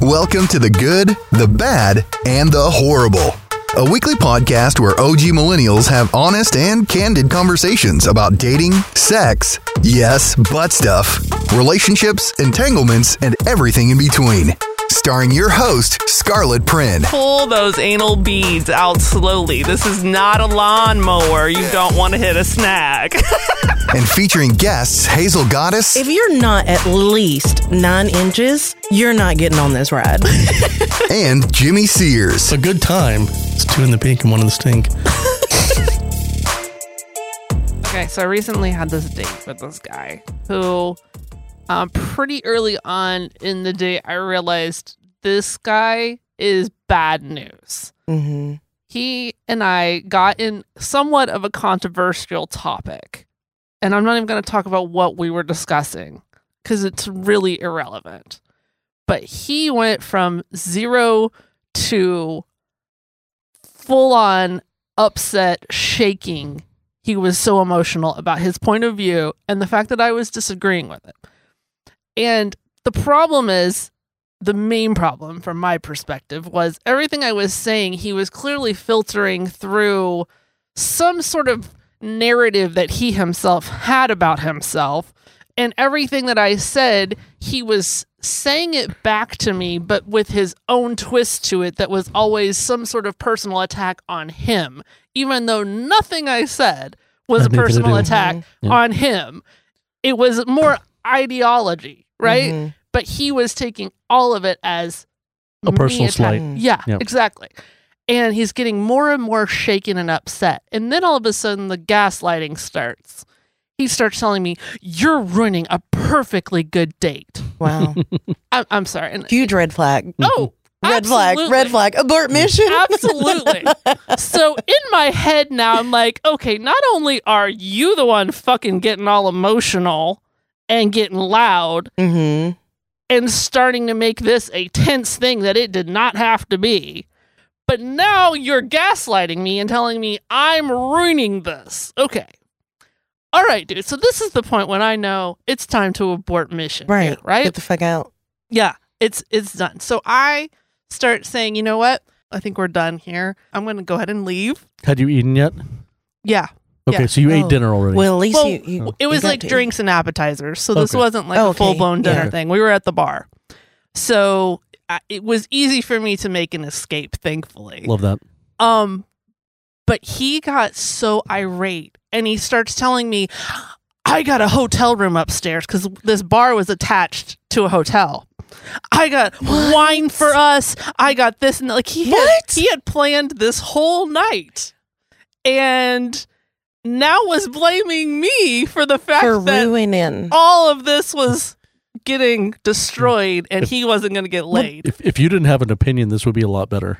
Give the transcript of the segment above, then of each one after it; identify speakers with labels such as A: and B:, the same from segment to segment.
A: Welcome to the good, the bad, and the horrible. A weekly podcast where OG millennials have honest and candid conversations about dating, sex, yes, butt stuff, relationships, entanglements, and everything in between. Starring your host, Scarlett Prin.
B: pull those anal beads out slowly. This is not a lawnmower. You don't want to hit a snag.
A: and featuring guests Hazel Goddess
C: If you're not at least nine inches, you're not getting on this ride.
A: and Jimmy Sears.
D: It's a good time. It's two in the pink and one in the stink.
B: okay, so I recently had this date with this guy who, um, pretty early on in the day, I realized this guy is bad news.
C: mm-hmm.
B: He and I got in somewhat of a controversial topic. And I'm not even going to talk about what we were discussing because it's really irrelevant. But he went from zero to full on upset, shaking. He was so emotional about his point of view and the fact that I was disagreeing with it. And the problem is the main problem from my perspective was everything I was saying, he was clearly filtering through some sort of narrative that he himself had about himself. And everything that I said, he was saying it back to me, but with his own twist to it that was always some sort of personal attack on him, even though nothing I said was a
D: Had nothing to
B: personal
D: do.
B: attack
D: Yeah.
B: on him. It was more ideology, right?
C: Mm-hmm.
B: but he was taking all of it as
D: A
B: me
D: personal slight.
B: attacking- Yeah,
D: Yep.
B: exactly. And he's getting more and more shaken and upset. And then all of a sudden, the gaslighting starts. He starts telling me, "You're ruining a perfectly good date."
C: Wow.
B: I'm, I'm sorry. And,
C: Huge red flag.
D: Mm-hmm.
B: oh,
C: Red flag. Red
B: absolutely. Mm-hmm.
C: flag. Abort mission.
B: Absolutely. so in my head now, I'm like, okay, not only are you the one fucking getting all emotional and getting loud,
C: hmm
B: and starting to make this a tense thing that it did not have to be. But now you're gaslighting me and telling me I'm ruining this. Okay. All right, dude. So this is the point when I know it's time to abort mission. here,
C: Right.
B: right?
C: Get the fuck out.
B: yeah. It's it's done. So I start saying, you know what? I think we're done here. I'm gonna go ahead and leave.
D: Had you eaten yet?
B: Yeah.
D: Okay,
B: Yeah.
D: so you
C: Oh.
D: ate dinner already.
C: Well, at least
B: Well,
C: you, you.
B: it was
C: you got
B: like
C: to eat.
B: drinks and appetizers so this
D: Okay.
B: wasn't like
C: Oh,
B: a
C: okay.
B: full-blown dinner
C: Yeah.
B: thing we were at the bar so I, it was easy for me to make an escape thankfully
D: Love that.
B: um but he got so irate and he starts telling me i got a hotel room upstairs because this bar was attached to a hotel i got wine for us i got this and like he had,
C: What?
B: he had planned this whole night and now was blaming me for the fact
C: For
B: that
C: ruining.
B: all of this was getting destroyed and he wasn't going to get laid
D: If, if you didn't have an opinion, this would be a lot better.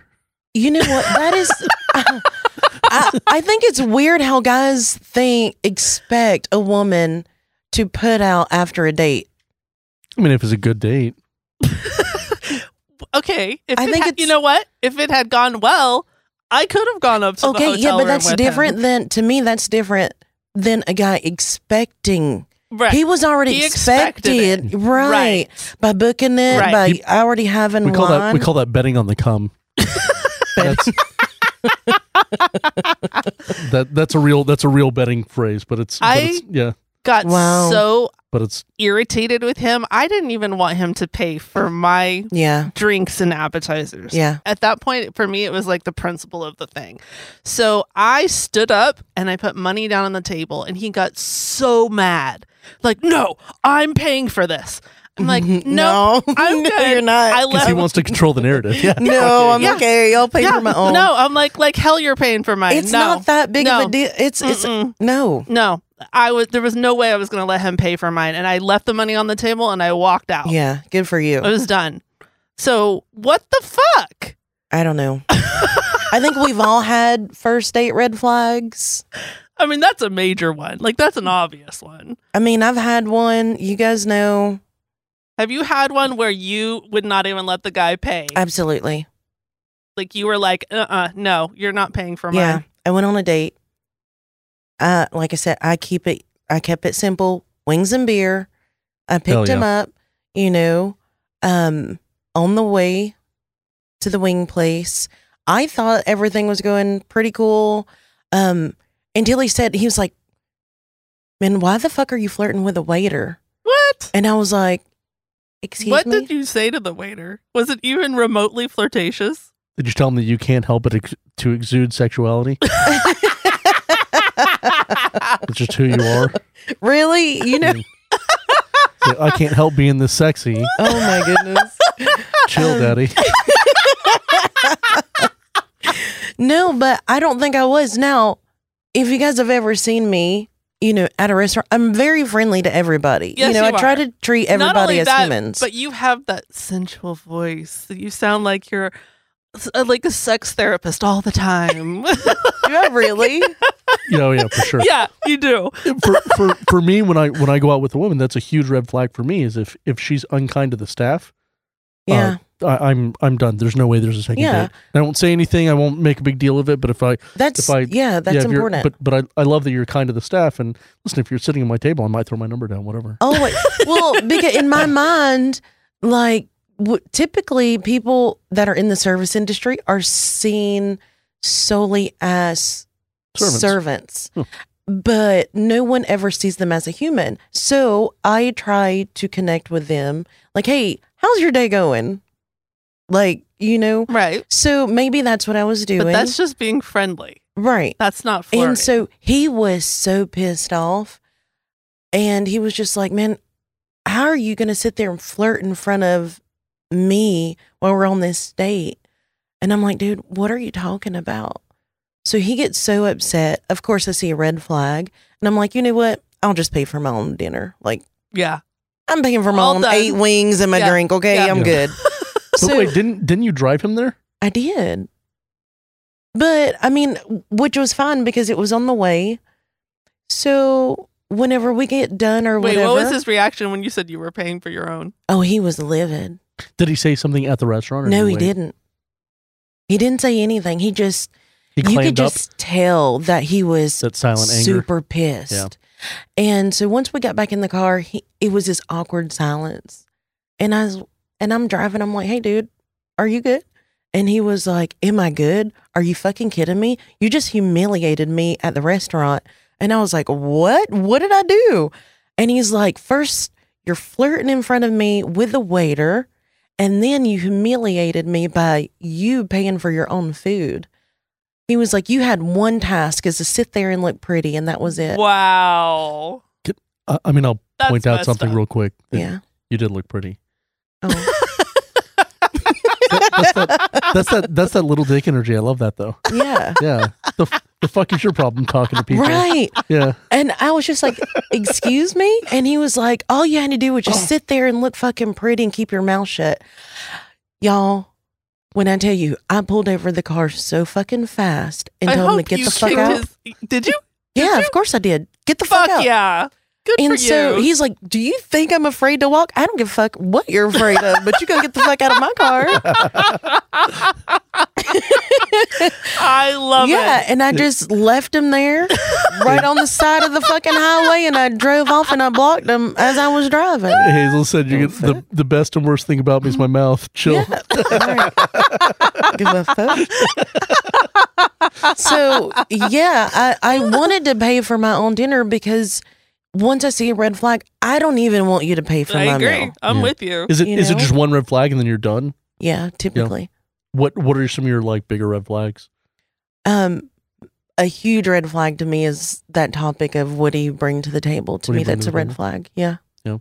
C: You know what? That is. I, I think it's weird how guys think expect a woman to put out after a date.
D: I mean, if it's a good date,
B: okay if
C: I
B: it
C: think
B: ha-
C: it's-
B: you know what if it had gone well i could have gone up to the
C: Okay,
B: hotel
C: yeah, but
B: room
C: that's
B: with
C: different
B: him.
C: than to me. That's different than a guy expecting.
B: right
C: He was already
B: He expected
C: expected, right, By booking it,
B: Right.
C: by
D: He-
C: already having
D: we call
C: line.
D: that we call that betting on the come. that's, that that's a real that's a real betting phrase, but it's, but it's
B: I-
D: yeah,
B: got
C: Wow.
B: so
D: but it's
B: irritated with him i didn't even want him to pay for my
C: yeah,
B: drinks and appetizers
C: yeah.
B: at that point for me it was like the principle of the thing so i stood up and i put money down on the table and he got so mad like no i'm paying for this i'm like no, i'm
C: no,
B: good
C: you're not.
B: i
D: because
B: left
D: he wants to control the narrative. Yeah,
C: no, I'm
B: Yeah.
C: okay. Y'all pay for my own.
B: no i'm like like hell you're paying for mine
C: it's
B: no.
C: not that big of
B: No.
C: a deal. It's it's
B: Mm-mm.
C: no.
B: no i was there was no way i was going to let him pay for mine and i left the money on the table and i walked out
C: Yeah, good for you.
B: i
D: Oh.
B: was done so what the fuck
C: I don't know. I think we've all had first date red flags.
B: i mean that's a major one like that's an obvious one
C: I mean, I've had one. You guys know.
B: Have you had one where you would not even let the guy pay?
C: Absolutely.
B: like you were like, uh, uh no, you're not paying for
C: yeah.
B: mine.
C: I went on a date. Uh, like I said, I keep it I kept it simple. Wings and beer. I picked
D: Hell
C: him up, you know, um, on the way to the wing place. I thought everything was going pretty cool. Um, until he said he was like, Man, why the fuck are you flirting with a waiter?
B: What?
C: And I was like, Excuse
B: what
C: me.
B: did you say to the waiter? Was it even remotely flirtatious?
D: Did you tell him that you can't help but ex- to exude sexuality? It's just who you are.
C: really? You know?
D: Yeah, I can't help being this sexy.
C: oh my goodness. Um,
D: Chill, daddy.
C: No, but I don't think I was. Now, if you guys have ever seen me, you know, at a restaurant, I'm very friendly to everybody.
B: Yes,
C: you know,
B: you
C: I try
B: are.
C: to treat
B: Not only
C: everybody as
B: that,
C: humans.
B: But you have that sensual voice. You sound like you're uh, like a sex therapist all the time.
C: yeah, really?
B: Uh,
D: Yeah, oh, yeah, for sure.
B: yeah, you do.
D: For, for for me, when I when I go out with a woman, that's a huge red flag for me. Is if if she's unkind to the staff, uh,
C: Yeah.
D: I, I'm I'm done. There's no way there's a second
C: Yeah.
D: date. And I won't say anything. I won't make a big deal of it. But if I
C: that's
D: if I-
C: yeah, that's
D: yeah, if you're-
C: important.
D: But but I, I love that you're kind to the staff. And listen, if you're sitting at my table, I might throw my number down. Whatever.
C: oh, wait. well, because in my mind, like w- typically people that are in the service industry are seen solely as
D: Servants.
C: servants.
D: Hmm.
C: But no one ever sees them as a human. So I try to connect with them. Like, hey, how's your day going? Like, you know?
B: Right.
C: So maybe that's what I was doing.
B: But that's just being friendly.
C: right.
B: That's not flirting.
C: And so he was so pissed off. And he was just like, man, how are you going to sit there and flirt in front of me while we're on this date? And I'm like, dude, what are you talking about? So he gets so upset. Of course, I see a red flag. And I'm like, you know what? I'll just pay for my own dinner. Like,
B: yeah.
C: I'm paying for my
B: All
C: own
B: done.
C: eight wings and my
B: Yeah.
C: drink. Okay,
B: Yeah.
C: I'm
D: Yeah.
C: good.
D: But wait, didn't didn't you drive him there?
C: I did. But I mean, which was fine because it was on the way. So whenever we get done or
B: Wait,
C: whatever,
B: what was his reaction when you said you were paying for your own?
C: oh, he was livid.
D: Did he say something at the restaurant? Or
C: No,
D: you
C: he
D: wait?
C: didn't. He didn't say anything. He just
D: He
C: you could
D: clammed up
C: just tell that he was
D: that silent anger.
C: super pissed. And so once we got back in the car, he, it was this awkward silence. And I was, and I'm driving. I'm like, "Hey, dude, are you good?" And he was like, "Am I good? Are you fucking kidding me? You just humiliated me at the restaurant." And I was like, "What? What did I do?" And he's like, first, you're flirting in front of me with the waiter, and then you humiliated me by you paying for your own food." He was like, "You had one task is to sit there and look pretty, and that was it."
B: Wow.
D: I, I mean, I'll
B: That's
D: point out
B: messed
D: something
B: up.
D: real quick. that
C: Yeah.
D: you did look pretty.
C: Oh.
D: That's that. That's that. That's that little dick energy. I love that though.
C: Yeah.
D: Yeah. The, f- the fuck is your problem talking to people?
C: Right.
D: Yeah.
C: And I was just like, excuse me? And he was like, all you had to do was
B: Oh.
C: just sit there and look fucking pretty and keep your mouth shut. Y'all, when I tell you, I pulled over the car so fucking fast and
B: I
C: told him to
B: hope
C: get
B: you
C: the fuck
B: kicked
C: out.
B: his- Did you?
C: yeah,
B: you?
C: of course I did. Get the fuck,
B: Fuck,
C: out.
B: yeah. Good for
C: And so
B: you.
C: he's like, Do you think I'm afraid to walk? I don't give a fuck what you're afraid of, but you go get the fuck out of my car.
B: I love
C: yeah,
B: it.
C: and I just left him there right on the side of the fucking highway and I drove off and I blocked him as I was driving.
D: Hazel said you get the, the best and worst thing about me is my mouth. Chill.
C: Yeah. Alright. Give a fuck. so yeah, I, I wanted to pay for my own dinner because once I see a red flag, I don't even want you to pay for
B: I
C: my
B: agree.
C: meal.
B: I'm
D: Yeah.
B: with you.
D: Is it
C: You
D: is it
C: know?
D: just one red flag and then you're done?
C: Yeah, typically.
D: What what are some of your like bigger red flags?
C: Um a huge red flag to me is that topic of what do you bring to the table. To
D: What do you
C: me,
D: bring
C: that's
D: to
C: a
D: the
C: red
D: table?
C: flag. Yeah.
D: Yeah.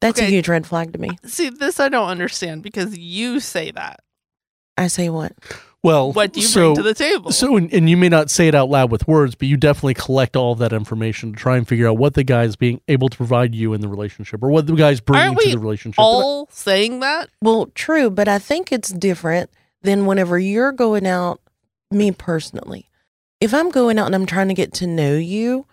C: That's a
B: Okay.
C: huge red flag to me.
B: See, this I don't understand because you say that.
C: I say what?
D: Well,
B: What do you
D: so,
B: bring to the table?
D: So and, and you may not say it out loud with words, but you definitely collect all of that information to try and figure out what the guy is being able to provide you in the relationship or what the guy's bringing
B: Aren't
D: to
B: we
D: the relationship.
B: All saying that?
C: Well, true, but I think it's different than whenever you're going out, me personally. If I'm going out and I'm trying to get to know you,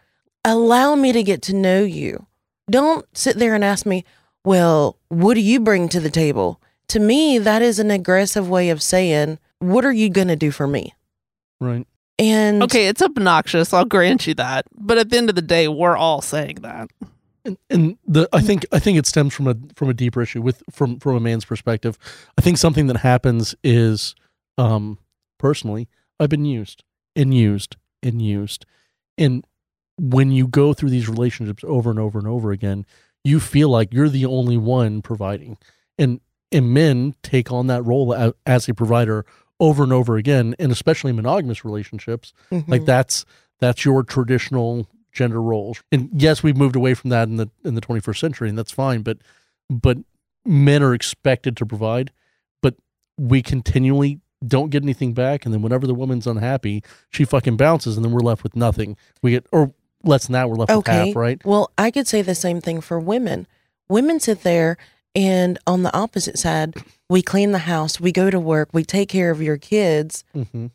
C: allow me to get to know you. Don't sit there and ask me, well, what do you bring to the table? To me, that is an aggressive way of saying, what are you going to do for me?
D: right.
C: And
B: Okay, it's obnoxious. I'll grant you that. But at the end of the day, we're all saying that.
D: and, and the I think I think it stems from a from a deeper issue with from from a man's perspective. I think something that happens is um personally I've been used and used and used and when you go through these relationships over and over and over again, you feel like you're the only one providing. And and men take on that role as, as a provider over and over again and especially in monogamous relationships like
B: Mm.
C: Mhm.
D: that's that's your traditional gender roles and yes we've moved away from that in the in the 21st century and that's fine but but men are expected to provide but we continually don't get anything back and then whenever the woman's unhappy she fucking bounces and then we're left with nothing we get or less than that we're left with
C: Okay.
D: half right
C: Well, I could say the same thing for women. Women sit there and on the opposite side, we clean the house, we go to work, we take care of your kids,
D: mm-hmm.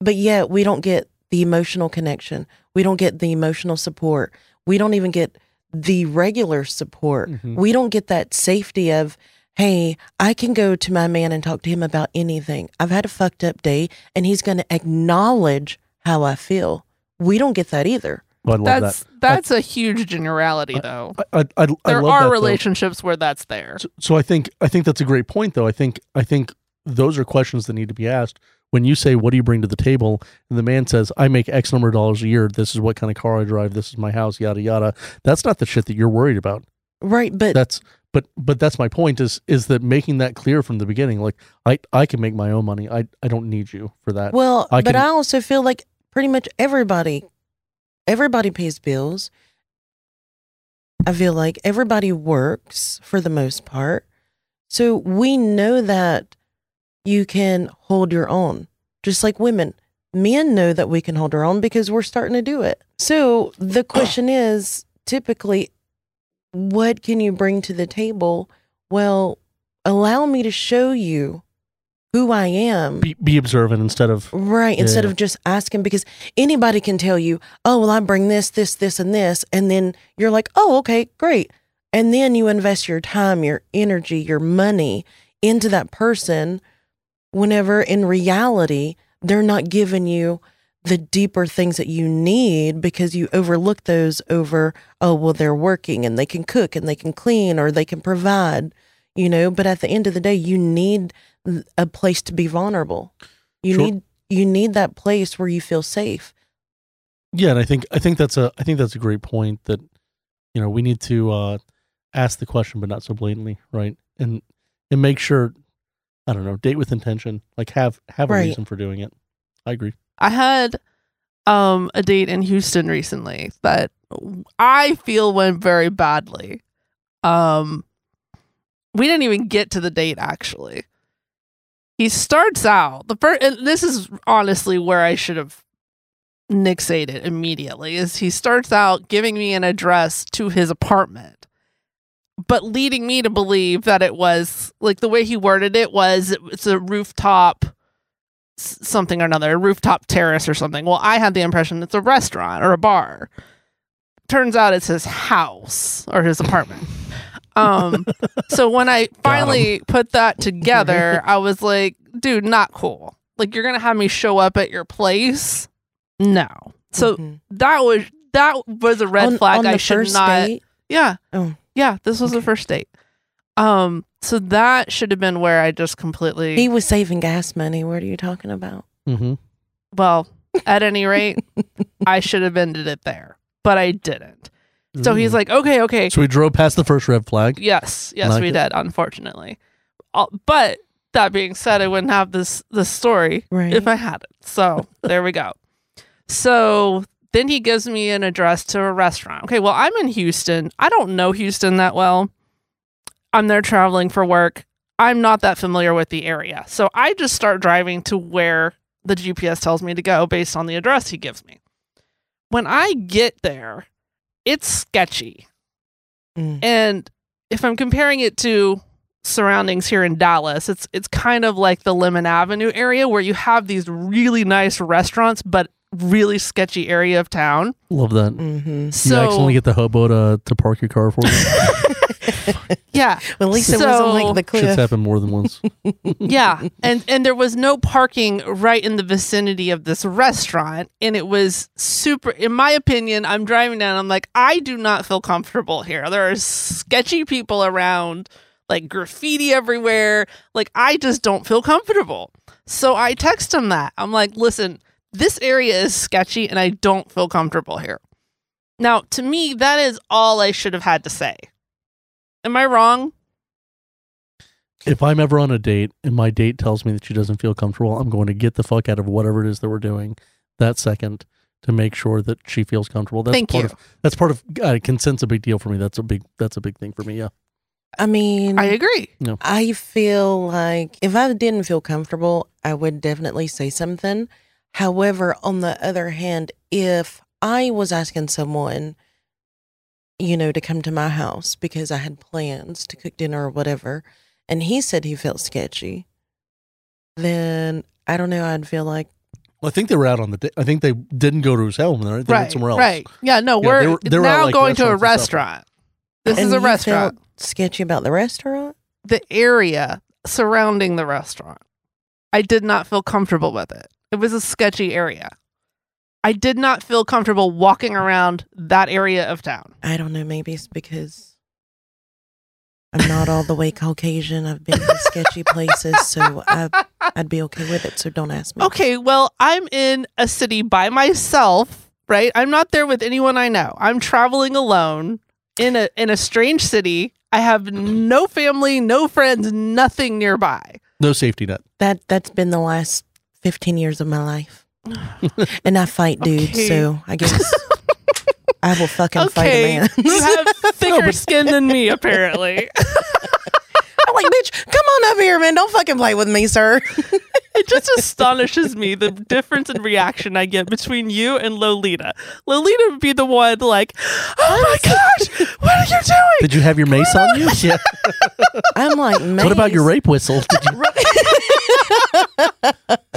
C: but yet we don't get the emotional connection. We don't get the emotional support. We don't even get the regular support.
D: Mhm.
C: We don't get that safety of, hey, I can go to my man and talk to him about anything. I've had a fucked up day and he's going to acknowledge how I feel. We don't get that either.
D: i love
B: That's
D: that
B: that's a huge generality though.
D: I, I, I, I
B: there
D: love
B: are
D: that, though.
B: relationships where that's there.
D: So, so I think I think that's a great point, though. I think I think those are questions that need to be asked when you say, "What do you bring to the table?" and the man says, "I make X number of dollars a year. This is what kind of car I drive. This is my house. Yada yada." That's not the shit that you're worried about.
C: Right. But
D: That's but but that's my point is is that making that clear from the beginning. Like I I can make my own money. I I don't need you for that.
C: Well,
D: I
C: but
D: can-
C: I also feel like pretty much everybody, everybody pays bills. I feel like everybody works for the most part. So we know that you can hold your own, just like women. Men know that we can hold our own because we're starting to do it. So the question is typically, what can you bring to the table? Well, allow me to show you who I am.
D: be, be observant instead of
C: Right.
D: Yeah,
C: Instead
D: yeah.
C: of just asking, because anybody can tell you, oh, well, I bring this, this, this, and this. And then you're like, oh, okay, great. And then you invest your time, your energy, your money into that person whenever in reality, they're not giving you the deeper things that you need because you overlook those over, oh, well, they're working and they can cook and they can clean or they can provide, you know. But at the end of the day, you need a place to be vulnerable. You
D: Sure.
C: need you need that place where you feel safe.
D: Yeah, and I think I think that's a I think that's a great point that you know we need to uh ask the question but not so blatantly, right? And and make sure I don't know, date with intention, like have have a
C: Right.
D: reason for doing it. I agree.
B: I had um a date in Houston recently that I feel went very badly. Um we didn't even get to the date actually. He starts out the first and this is honestly where I should have nixate it immediately is he starts out giving me an address to his apartment but leading me to believe that it was like the way he worded it was it's a rooftop s- something or another, a rooftop terrace or something. Well, I had the impression it's a restaurant or a bar. Turns out it's his house or his apartment. Um, so when I finally put that together, I was like, dude, not cool. Like, you're going to have me show up at your place? No. So
C: Mhm.
B: that was. That was a red
C: On-
B: flag.
C: on
B: I
C: the
B: should
C: first
B: not.
C: date-
B: Yeah.
C: Oh.
B: Yeah. This was the first date. Um. So that should have been where I just completely.
C: he was saving gas money. What are you talking about?
D: Mm-hmm.
B: Well, at any rate, I should have ended it there, but I didn't. So
D: Mm.
B: he's like, okay, okay.
D: So we drove past the first red flag.
B: Yes, yes,
D: Like
B: we
D: it.
B: did, unfortunately. Uh, But that being said, I wouldn't have this this story
C: Right.
B: if I had it. So there we go. So then he gives me an address to a restaurant. Okay, well, I'm in Houston. I don't know Houston that well. I'm there traveling for work. I'm not that familiar with the area. So I just start driving to where the GPS tells me to go based on the address he gives me. When I get there, it's sketchy.
C: Mm.
B: And if I'm comparing it to surroundings here in Dallas, it's it's kind of like the Lemon Avenue area where you have these really nice restaurants but really sketchy area of town.
D: Love that.
C: Mhm.
D: you
B: Mm. So
D: accidentally get the hobo to, to park your car for you.
B: yeah,
C: well, at least it wasn't
B: So-
C: like the
D: Shit's
C: cliff.
D: happened more than once.
B: yeah. And and there was no parking right in the vicinity of this restaurant, and it was super. In my opinion, I'm driving down. I'm like, I do not feel comfortable here. There are sketchy people around, like graffiti everywhere. Like I just don't feel comfortable. So I text him that. I'm like, listen, this area is sketchy, and I don't feel comfortable here. Now, to me, that is all I should have had to say. Am I wrong?
D: if I'm ever on a date and my date tells me that she doesn't feel comfortable, I'm going to get the fuck out of whatever it is that we're doing that second to make sure that she feels comfortable. That's
B: Thank
D: part
B: you.
D: of that's part of uh, consent's a big deal for me. That's a big that's a big thing for me. Yeah.
C: I mean,
B: I agree.
C: I feel like if I didn't feel comfortable, I would definitely say something. However, on the other hand, if I was asking someone, you know, to come to my house because I had plans to cook dinner or whatever, and he said he felt sketchy, then I don't know, I'd feel like,
D: Well, I think they were out on the date. I think they didn't go to his home. They they went somewhere else.
B: Right. Yeah, no,
D: Yeah,
B: we're
D: they were- they were at,
B: now
D: like,
B: going to a
D: restaurants
B: restaurant. This
C: And
B: is a
C: you felt
B: restaurant.
C: sketchy about the restaurant?
B: the area surrounding the restaurant. I did not feel comfortable with it. It was a sketchy area. I did not feel comfortable walking around that area of town.
C: I don't know. Maybe it's because I'm not all the way Caucasian. I've been to sketchy places, so I, I'd be okay with it. So don't ask me.
B: Okay, well, I'm in a city by myself, right? I'm not there with anyone I know. I'm traveling alone in a in a strange city. I have no family, no friends, nothing nearby.
D: No safety net.
C: That that's been the last 15 years of my life, and I fight dudes,
B: Okay.
C: so I guess I will fucking fight a man.
B: you have thicker
D: but-
B: skin than me, apparently.
C: I'm like, bitch, come on up here, man. Don't fucking play with me, sir.
B: it just astonishes me the difference in reaction I get between you and Lolita. Lolita would be the one like, "Oh my gosh, what are you doing?"
D: Did you have your mace on you? Yeah.
C: I'm like, man.
D: What about your rape whistle? Did you-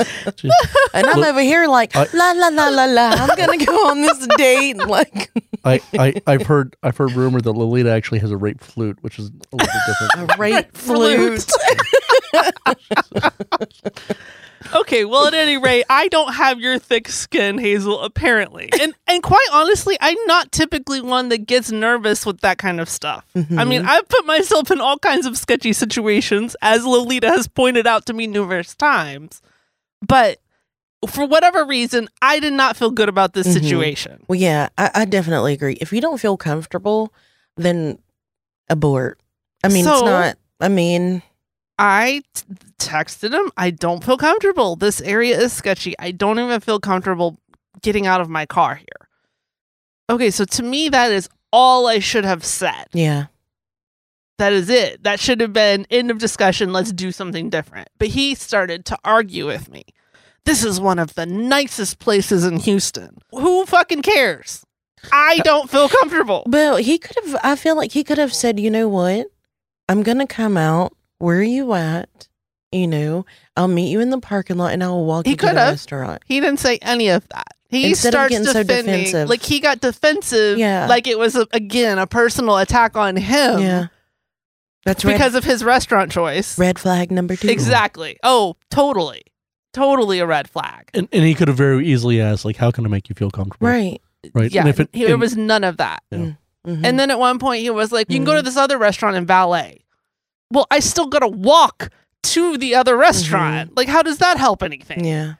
D: Jeez.
C: And I'm
D: Look,
C: over here like,
D: I-
C: la la la la la. I'm gonna go on this date, like
D: I, I I've heard I've heard rumor that Lolita actually has a rape flute, which is a little bit
C: a
D: different.
C: rape
B: Flute.
C: flute.
B: Okay, well at any rate, I don't have your thick skin, Hazel, apparently. And and quite honestly, I'm not typically one that gets nervous with that kind of stuff. I mean, I've put myself in all kinds of sketchy situations, as Lolita has pointed out to me numerous times. But for whatever reason, I did not feel good about this
C: Mhm.
B: situation.
C: Well, yeah, I, I definitely agree. If you don't feel comfortable, then abort. I mean, it's
B: So-
C: not. I mean,
B: I t- texted him, I don't feel comfortable. This area is sketchy. I don't even feel comfortable getting out of my car here. Okay, so to me, that is all I should have said.
C: yeah,
B: That is it. That should have been end of discussion. Let's do something different. But he started to argue with me. This is one of the nicest places in Houston. Who fucking cares? I don't feel comfortable.
C: but he could have. I feel like he could have said, you know what, I'm gonna come out. Where are you at? You know, I'll meet you in the parking lot, and I'll walk
B: He
C: you to the
B: could've.
C: restaurant.
B: He didn't say any of that. He
C: Instead of
B: starts
C: getting so
B: defending,
C: defensive.
B: like he got defensive,
C: Yeah.
B: like it was a, again a personal attack on him,
C: yeah, that's red,
B: because of his restaurant choice.
C: red flag number two.
B: Exactly. Oh, totally, totally a red flag.
D: And, and he could have very easily asked, like, "How can I make you feel comfortable?"
C: Right.
D: Right.
B: Yeah,
D: And if it,
B: he- there
D: and-
B: was none of that.
C: Mhm.
B: And then at one point he was like, "You can go
C: Mhm.
B: to this other restaurant in Valet." Well, I still gotta walk to the other restaurant.
C: Mm-hmm.
B: Like, how does that help anything?
C: yeah,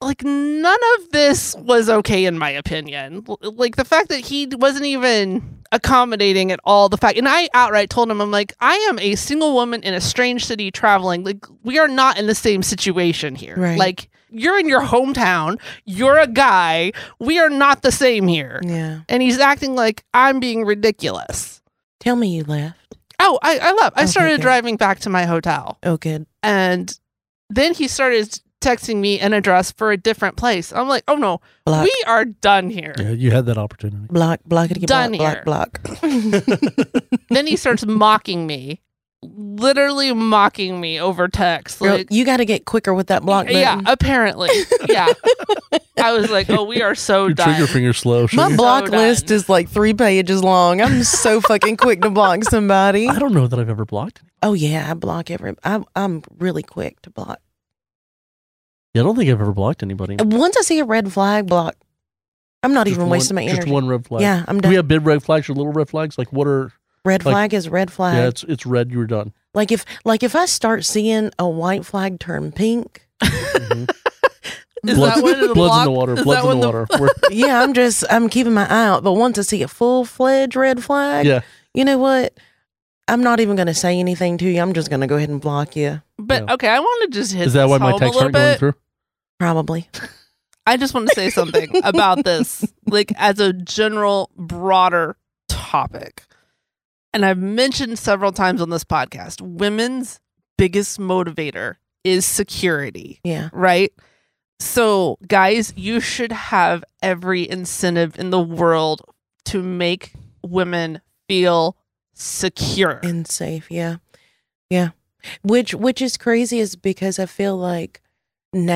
B: like none of this was okay in my opinion L- like the fact that he wasn't even accommodating at all the fact and i outright told him i'm like i am a single woman in a strange city traveling like we are not in the same situation here
C: Right.
B: like you're in your hometown you're a guy we are not the same here
C: yeah.
B: and he's acting like i'm being ridiculous
C: Tell me you left.
B: oh i, I love i
C: Okay,
B: started
C: good.
B: driving back to my hotel
C: Oh, good.
B: and then he started texting me an address for a different place. I'm like, oh no,
C: Block,
B: we are done here.
D: yeah, you had that opportunity.
C: block, block, block,
B: Done
C: block, block, block.
B: then he starts mocking me literally mocking me over text.
C: Girl,
B: Like,
C: you got to get quicker with that block button.
B: yeah, apparently. Yeah. I was like, oh, we are so
D: Your
B: done.
D: trigger finger slow.
C: My
D: sugar.
B: bl-
C: block
B: So done.
C: list is like three pages long. I'm so fucking quick to block somebody.
D: I don't know that I've ever blocked.
C: Oh yeah, I block every. I'm I'm really quick to block.
D: Yeah, I don't think I've ever blocked anybody.
C: And Once I see a red flag, block. I'm not
D: Just
C: even
D: one-
C: wasting my energy.
D: Just one red flag.
C: yeah, I'm
D: Do
C: done.
D: we have big red flags or little red flags? Like what are?
C: red
D: like-
C: flag is red flag.
D: Yeah, it's it's red. You were done.
C: like if like if I start seeing a white flag turn pink,
D: Mhm.
B: Is
D: Bloods-
B: that when the
D: Bloods
B: block,
D: in the water.
B: Is
D: Bloods
B: that
D: in the
B: when
D: water. We're-
C: yeah, I'm just I'm keeping my eye out. But once I see a full fledged red flag,
D: yeah,
C: you know what? I'm not even gonna say anything to you. I'm just gonna go ahead and block you.
B: But
D: Yeah.
B: okay, I want to just hit.
D: is that
B: this
D: why my
B: home a
D: texts
B: little
D: aren't going
B: bit.
D: through?
C: Probably.
B: I just want to say something about this, like as a general, broader topic. And I've mentioned several times on this podcast women's biggest motivator is security,
C: Yeah.
B: right? So, guys, you should have every incentive in the world to make women feel secure.
C: And safe, yeah. Yeah. Which which is crazy is because I feel like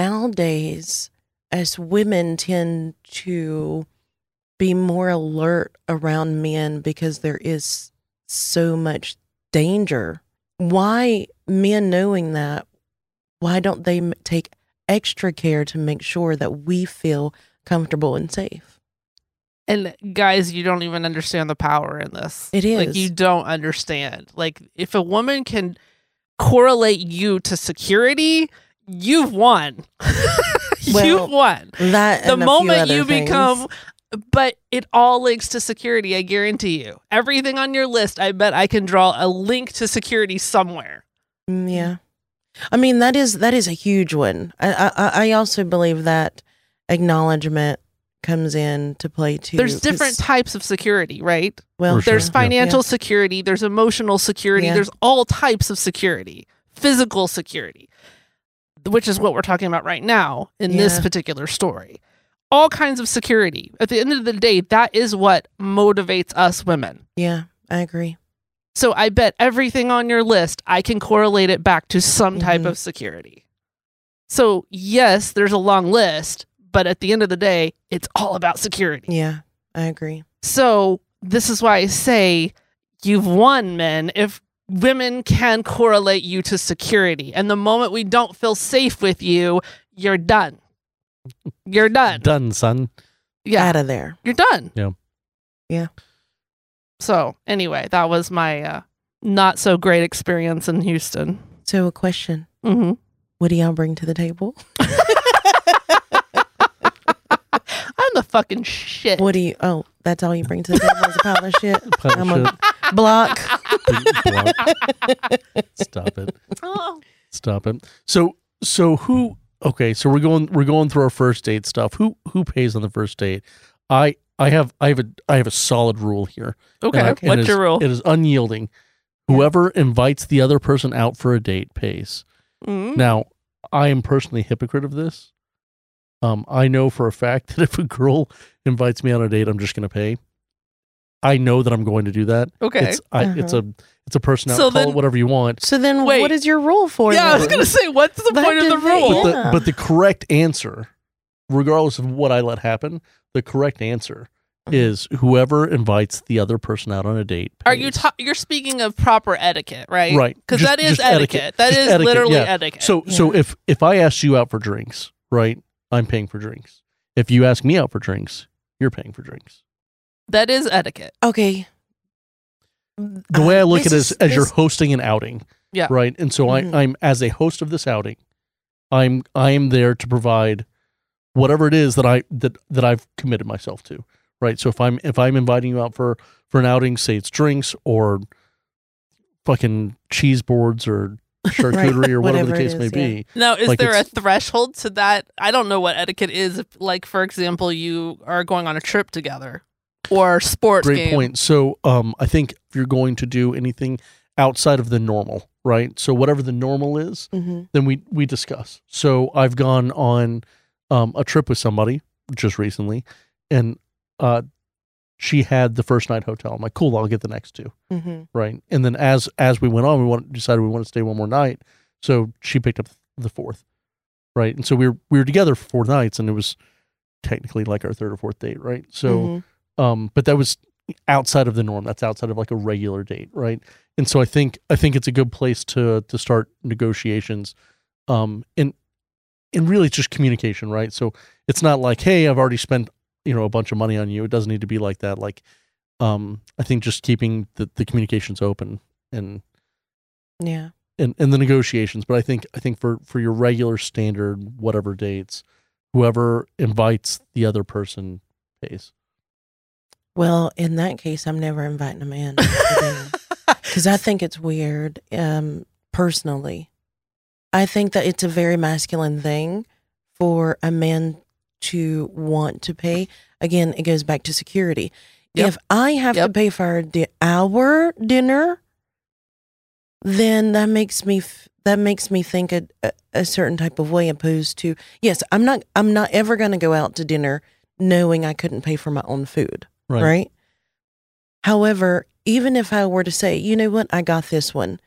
C: nowadays as women tend to be more alert around men because there is so much danger. Why men knowing that, why don't they m- take extra care to make sure that we feel comfortable and safe?
B: And guys, you don't even understand the power in this.
C: It
B: Like
C: is.
B: you don't understand. Like if a woman can correlate you to security, you've won.
C: Well,
B: you've won.
C: That
B: The
C: and a few
B: moment
C: other
B: you
C: things.
B: become but it all links to security, I guarantee you. Everything on your list, I bet I can draw a link to security somewhere.
C: Mm, Yeah, I mean that is that is a huge one. I I, I also believe that acknowledgement comes in to play too.
B: There's different
C: 'cause-
B: types of security, right?
C: well,
D: For sure.
B: There's
D: yeah.
B: financial security, there's emotional security,
C: Yeah.
B: there's all types of security, physical security, which is what we're talking about right now in this
C: Yeah.
B: particular story. All kinds of security. At the end of the day, that is what motivates us women.
C: yeah, I agree.
B: So I bet everything on your list, I can correlate it back to some type
C: Mhm.
B: of security. So, yes, there's a long list, but at the end of the day, it's all about security.
C: Yeah, I agree.
B: So this is why I say you've won, men. If women can correlate you to security, and the moment we don't feel safe with you, you're done. You're done.
D: Done, son.
B: Yeah,
C: Out of there.
B: you're done.
D: Yeah.
C: Yeah.
B: So anyway, that was my uh, not so great experience in Houston.
C: So a question:
B: hmm
C: What do y'all bring to the table?
B: I'm the fucking shit.
C: What do you? Oh, that's all you bring to the table is a pile of shit.
D: Pile of
C: I'm a block.
D: shit. Stop it.
B: Oh.
D: Stop it. So so who okay, so we're going we're going through our first date stuff. Who who pays on the first date? I I have I have a I have a solid rule here.
B: Okay,
D: Uh, And I- and
B: what's
D: it's-
B: your rule?
D: It is unyielding. Whoever invites the other person out for a date pays.
B: Mhm.
D: Now, I am personally a hypocrite of this. Um, I know for a fact that if a girl invites me on a date, I'm just going to pay. I know that I'm going to do that.
B: Okay.
D: It's I, it's a it's a person out.
B: So
D: call
B: then-
D: it whatever you want.
C: So then,
B: Wait.
C: what is your rule for?
B: yeah, I was
C: that?
B: gonna say, what's the
C: That
B: point of the
C: didn't-
B: rule?
D: But
C: Yeah.
D: the but the correct answer, regardless of what I let happen, the correct answer
C: Mhm.
D: is whoever invites the other person out on a date.
B: Mm-hmm. Are you
D: pays.
B: ta- you're speaking of proper etiquette, right?
D: Right.
B: Because
D: Just-
B: that is
D: just
B: etiquette. That is
D: Just etiquette,
B: literally
D: yeah.
B: etiquette.
D: So so if if I asked you out for drinks, right? I'm paying for drinks. If you ask me out for drinks, you're paying for drinks.
B: that is etiquette.
C: okay.
D: The way I
C: Uh,
D: look
C: this
D: at it is,
C: is-
D: as you're
C: this-
D: hosting an outing.
B: Yeah. Mm-hmm.
D: Right. And so
C: Mhm.
D: I, I'm as a host of this outing, I'm I am there to provide whatever it is that I that that I've committed myself to. Right. So if I'm if I'm inviting you out for for an outing, say it's drinks or fucking cheese boards or charcuterie or whatever,
C: Whatever
D: the
C: it
D: case may
C: is,
D: be.
C: yeah.
B: Now, is
D: Like
B: there a
D: it's-
B: threshold to that? I don't know what etiquette is. If, like, for example, you are going on a trip together or sports
D: Great
B: game.
D: point. So um, I think if you're going to do anything outside of the normal, right? So whatever the normal is,
C: Mhm.
D: then we we discuss. So I've gone on um, a trip with somebody just recently, and uh, she had the first night hotel. I'm like, cool, I'll get the next two.
C: hmm
D: Right. And then as as we went on, we wanted, decided we wanted to stay one more night. So she picked up the fourth. Right. And so we were we were together for four nights and it was technically like our third or fourth date, right? So
C: mm-hmm.
D: um but that was outside of the norm that's outside of like a regular date right and so i think i think it's a good place to to start negotiations um and and really it's just communication right so it's not like hey i've already spent you know a bunch of money on you it doesn't need to be like that like um i think just keeping the, the communications open and
C: yeah.
D: and, and the negotiations but i think i think for for your regular standard whatever dates whoever invites the other person pays
C: Well, in that case, I'm never inviting a man because I think it's weird. Um, personally, I think that it's a very masculine thing for a man to want to pay. Again, it goes back to security.
B: Yep.
C: If I have to
B: Yep.
C: pay for our, di- our dinner, then that makes me f- that makes me think a, a, a certain type of way opposed to yes, I'm not I'm not ever going to go out to dinner knowing I couldn't pay for my own food right. However, even if I were to say, you know what, I got this one,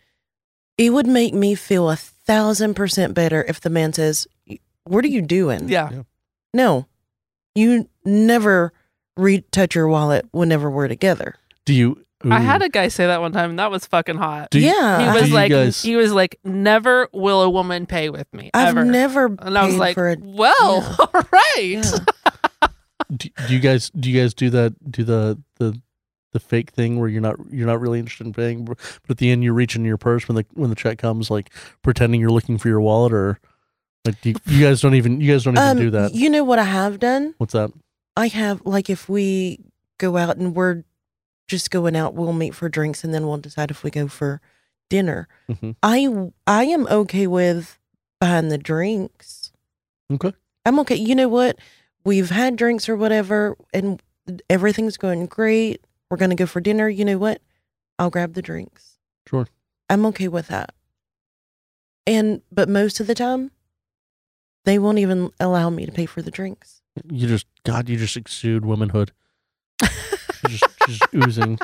C: it would make me feel a thousand percent better if the man says, What are you doing?
B: yeah.
C: No, you never re- touch your wallet whenever we're together.
D: Do you?
B: I had a guy say that one time, and that was fucking hot.
D: Do you-
C: yeah.
B: he
C: I-
B: was
D: you
B: like,
D: guys-
B: he was like, never will a woman pay with me
C: I've
B: ever.
C: never
B: and I was
C: paid
B: like,
C: for a.
B: well,
C: yeah.
B: all right.
C: Yeah.
D: Do, do you guys? Do you guys do that? Do the the the fake thing where you're not you're not really interested in paying, but at the end you reach into your purse when the when the check comes, like pretending you're looking for your wallet, or like do you, you guys don't even you guys don't even
C: Um,
D: do that.
C: You know what I have done?
D: What's that?
C: I have like if we go out and we're just going out, we'll meet for drinks and then we'll decide if we go for dinner.
D: Mhm.
C: I I am okay with buying the drinks.
D: Okay.
C: I'm okay. You know what? We've had drinks or whatever, and everything's going great. We're gonna go for dinner. You know what? I'll grab the drinks.
D: Sure.
C: I'm okay with that. And but most of the time, they won't even allow me to pay for the drinks.
D: You just God, you just exude womanhood. You're just, just oozing.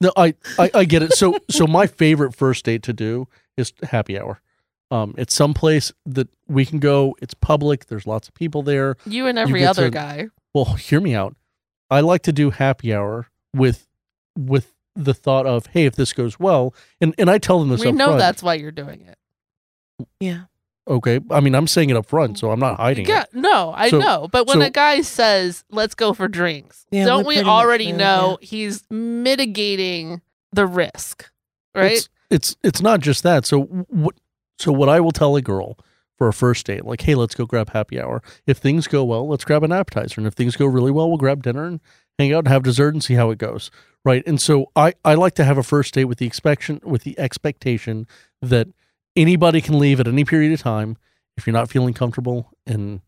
D: No, I, I I get it. So so my favorite first date to do is happy hour. Um, it's someplace that we can go. It's public. There's lots of people there.
B: You and every
D: get
B: other
D: to-
B: guy.
D: well hear me out i like to do happy hour with with the thought of hey if this goes well and and i tell them this
B: We
D: up
B: know
D: front.
B: that's why you're doing it.
C: Yeah.
D: okay i mean i'm saying it up front so i'm not hiding
B: Yeah,
D: it
B: no, I
D: So-
B: know. But when
D: so-
B: a guy says, "Let's go for drinks,"
C: Yeah,
B: don't
C: we
B: we
C: pretty much
B: already
C: know,
B: know he's mitigating the risk, right?
D: it's it's, it's not just that so what so what i will tell a girl for a first date like hey let's go grab happy hour if things go well let's grab an appetizer and if things go really well we'll grab dinner and hang out and have dessert and see how it goes right and so i i like to have a first date with the expectation with the expectation that anybody can leave at any period of time if you're not feeling comfortable and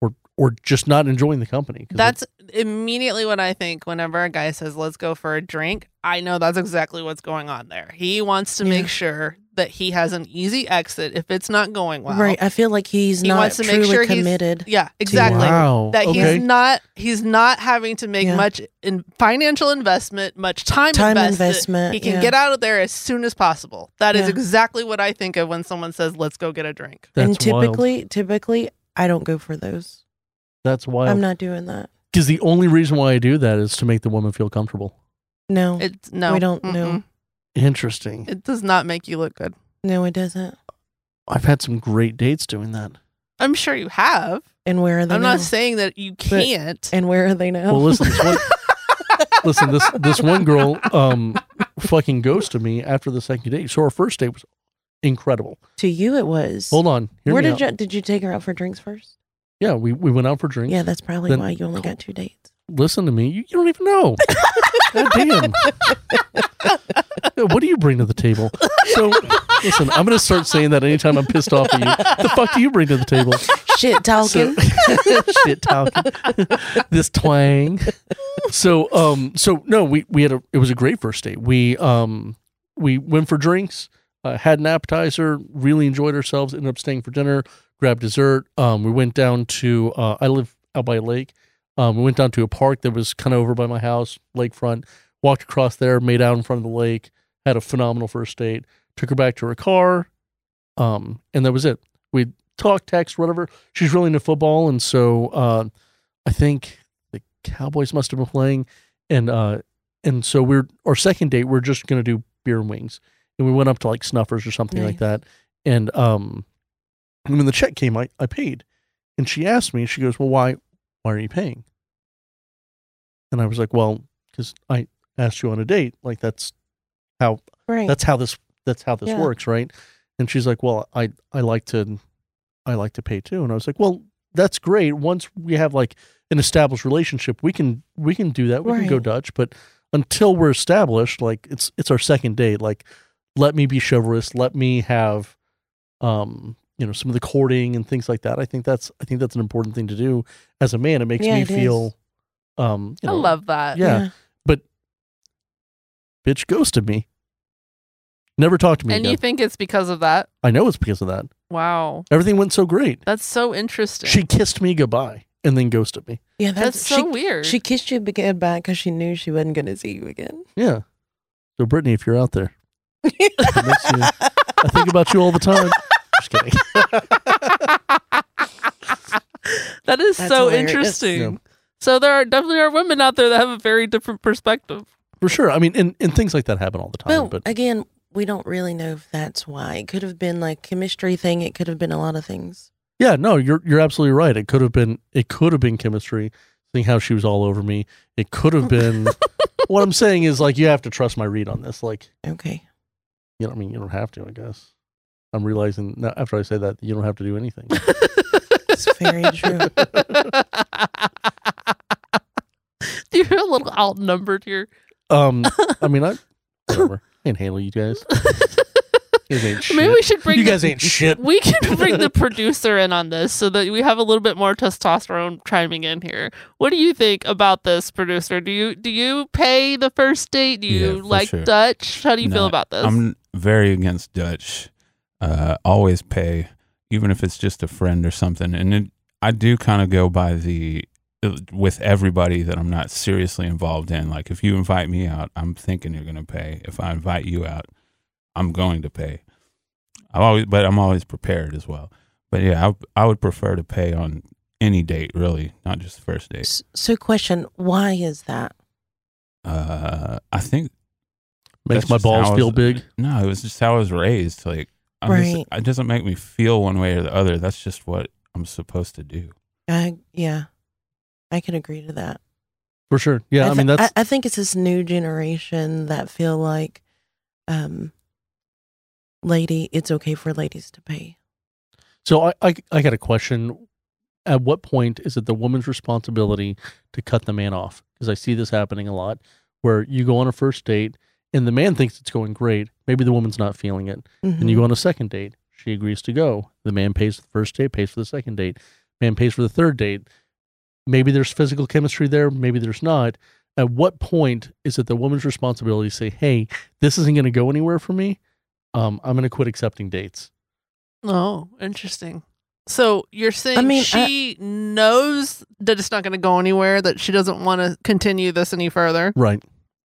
D: or or just not enjoying the company 'Cause
B: That's immediately what I think whenever a guy says, "Let's go for a drink." I know that's exactly what's going on there. He wants to
C: Yeah.
B: make sure that he has an easy exit if it's not going well.
C: Right. I feel like he's
B: He
C: not
B: wants to make
C: truly
B: sure he's-
C: committed.
B: Yeah, exactly.
D: wow
B: That
D: okay
B: he's not he's not having to make
C: Yeah.
B: much in financial investment, much time,
C: Time
B: invested.
C: investment,
B: He can
C: yeah.
B: get out of there as soon as possible. That is
C: Yeah.
B: exactly what I think of when someone says, "Let's go get a drink."
D: that's
C: and
D: wild
C: typically, typically, I don't go for those.
D: that's wild
C: I'm not doing that.
D: Because the only reason why I do that is to make the woman feel comfortable.
C: No,
B: It's no,
C: We don't know.
B: Mm-mm.
D: Interesting.
B: It does not make you look good.
C: no, it doesn't.
D: I've had some great dates doing that.
B: I'm sure you have.
C: And where are they?
B: I'm
C: now?
B: not saying that you can't.
C: And where are they now?
D: Well, listen, this one, listen, this this one girl um fucking ghosted me after the second date. So our first date was incredible.
C: to you, it was.
D: Hold on, hear
C: where
D: me
C: did
D: out.
C: you did you take her out for drinks first?
D: Yeah, we, we went out for drinks.
C: Yeah, that's probably
D: Then-
C: why you only got two dates.
D: Listen to me. You, you don't even know. God damn. what do you bring to the table? So listen, I'm gonna start saying that anytime I'm pissed off at you. The fuck do you bring to the table?
C: Shit, talking.
D: shit talking this twang so um so no we we had a it was a great first date we um we went for drinks uh, had an appetizer really enjoyed ourselves ended up staying for dinner grabbed dessert um we went down to uh i live out by a lake Um, we went down to a park that was kind of over by my house, lakefront. Walked across there, made out in front of the lake. Had a phenomenal first date. Took her back to her car, um, and that was it. We talked, text, whatever. She's really into football, and so uh, I think the Cowboys must have been playing, and uh, and so we're our second date. We're just gonna do beer and wings, and we went up to like Snuffers or something like that, and um, and when the check came, I I paid, and she asked me, she goes, "Well, why why are you paying?" And I was like, "Well, because I asked you on a date. Like that's how
C: Right.
D: that's how this that's how this
C: Yeah.
D: works right and she's like well i i like to i like to pay too and i was like well that's great once we have like an established relationship we can we can do that we can go
C: Right.
D: dutch but until we're established like it's it's our second date like let me be chivalrous let me have um you know some of the courting and things like that i think that's i think that's an important thing to do as a man it makes
C: Yeah,
D: me
C: it
D: feel um you
B: I
D: know,
B: love that.
D: yeah. bitch ghosted me never talked to me
B: And
D: again
B: you think it's because of that?
D: i know it's because of that
B: Wow.
D: Everything went so great.
B: That's so interesting.
D: She kissed me goodbye and then ghosted me.
C: Yeah,
B: that's, so
C: she,
B: weird.
C: She kissed you goodbye because she knew she wasn't going to see you again.
D: Yeah. So Brittany, if you're out there, it makes you- I think about you all the time. Just kidding.
B: that is
C: That's
B: so
C: hilarious.
B: interesting.
D: Yeah.
B: So there are definitely are women out there that have a very different perspective.
D: For sure. I mean, and, and things like that happen all the time.
C: But
D: Um, But
C: again, we don't really know if that's why. It could have been like chemistry thing. It could have been a lot of things.
D: yeah, no, you're you're absolutely right. It could have been it could have been chemistry, seeing how she was all over me. It could have been what I'm saying is like you have to trust my read on this. Like,
C: Okay.
D: you know, I mean, you don't have to, I guess. I'm realizing now after I say that you don't have to do anything.
C: It's very true.
B: You're a little outnumbered here.
D: Um I mean I whatever. I can handle you guys. You guys ain't
B: Maybe
D: shit.
B: we should bring
D: you
B: the-
D: guys ain't shit.
B: we can bring the producer in on this so that we have a little bit more testosterone chiming in here. What do you think about this, producer? Do you do you pay the first date? Do you
E: Yeah, for
B: like
E: sure.
B: Dutch? How do you feel
E: No,
B: about this?
E: I'm very against Dutch. Uh, always pay, even if it's just a friend or something. And it, I do kind of go by the uh, with everybody that I'm not seriously involved in. Like if you invite me out, I'm thinking you're going to pay. If I invite you out, I'm going to pay. I always, but I'm always prepared as well. But yeah, I, I would prefer to pay on any date, really, not just the first date.
C: S- So, question: Why is that?
E: Uh, I think
D: Makes
E: That's
D: my
E: just how I
D: balls
E: was-
D: feel big.
E: No, it was just how I was raised. Like, I'm
C: Right.
E: just, it doesn't make me feel one way or the other. That's just what I'm supposed to do.
C: I yeah, I can agree to that.
D: For sure. Yeah, I,
C: th-
D: mean that's
C: I, I think it's this new generation that feel like, um, lady, it's okay for ladies to pay.
D: so I, I I got a question. At what point is it the woman's responsibility to cut the man off? Because I see this happening a lot where you go on a first date and the man thinks it's going great. Maybe the woman's not feeling it.
C: Mhm.
D: And you go on a second date. She agrees to go. The man pays for the first date, pays for the second date. Man pays for the third date. Maybe there's physical chemistry there. Maybe there's not. At what point is it the woman's responsibility to say, "Hey, this isn't going to go anywhere for me. Um, I'm going to quit accepting dates."
B: oh, interesting. So you're saying
C: I mean, I-
B: she knows that it's not going to go anywhere, that she doesn't want to continue this any further,
D: Right.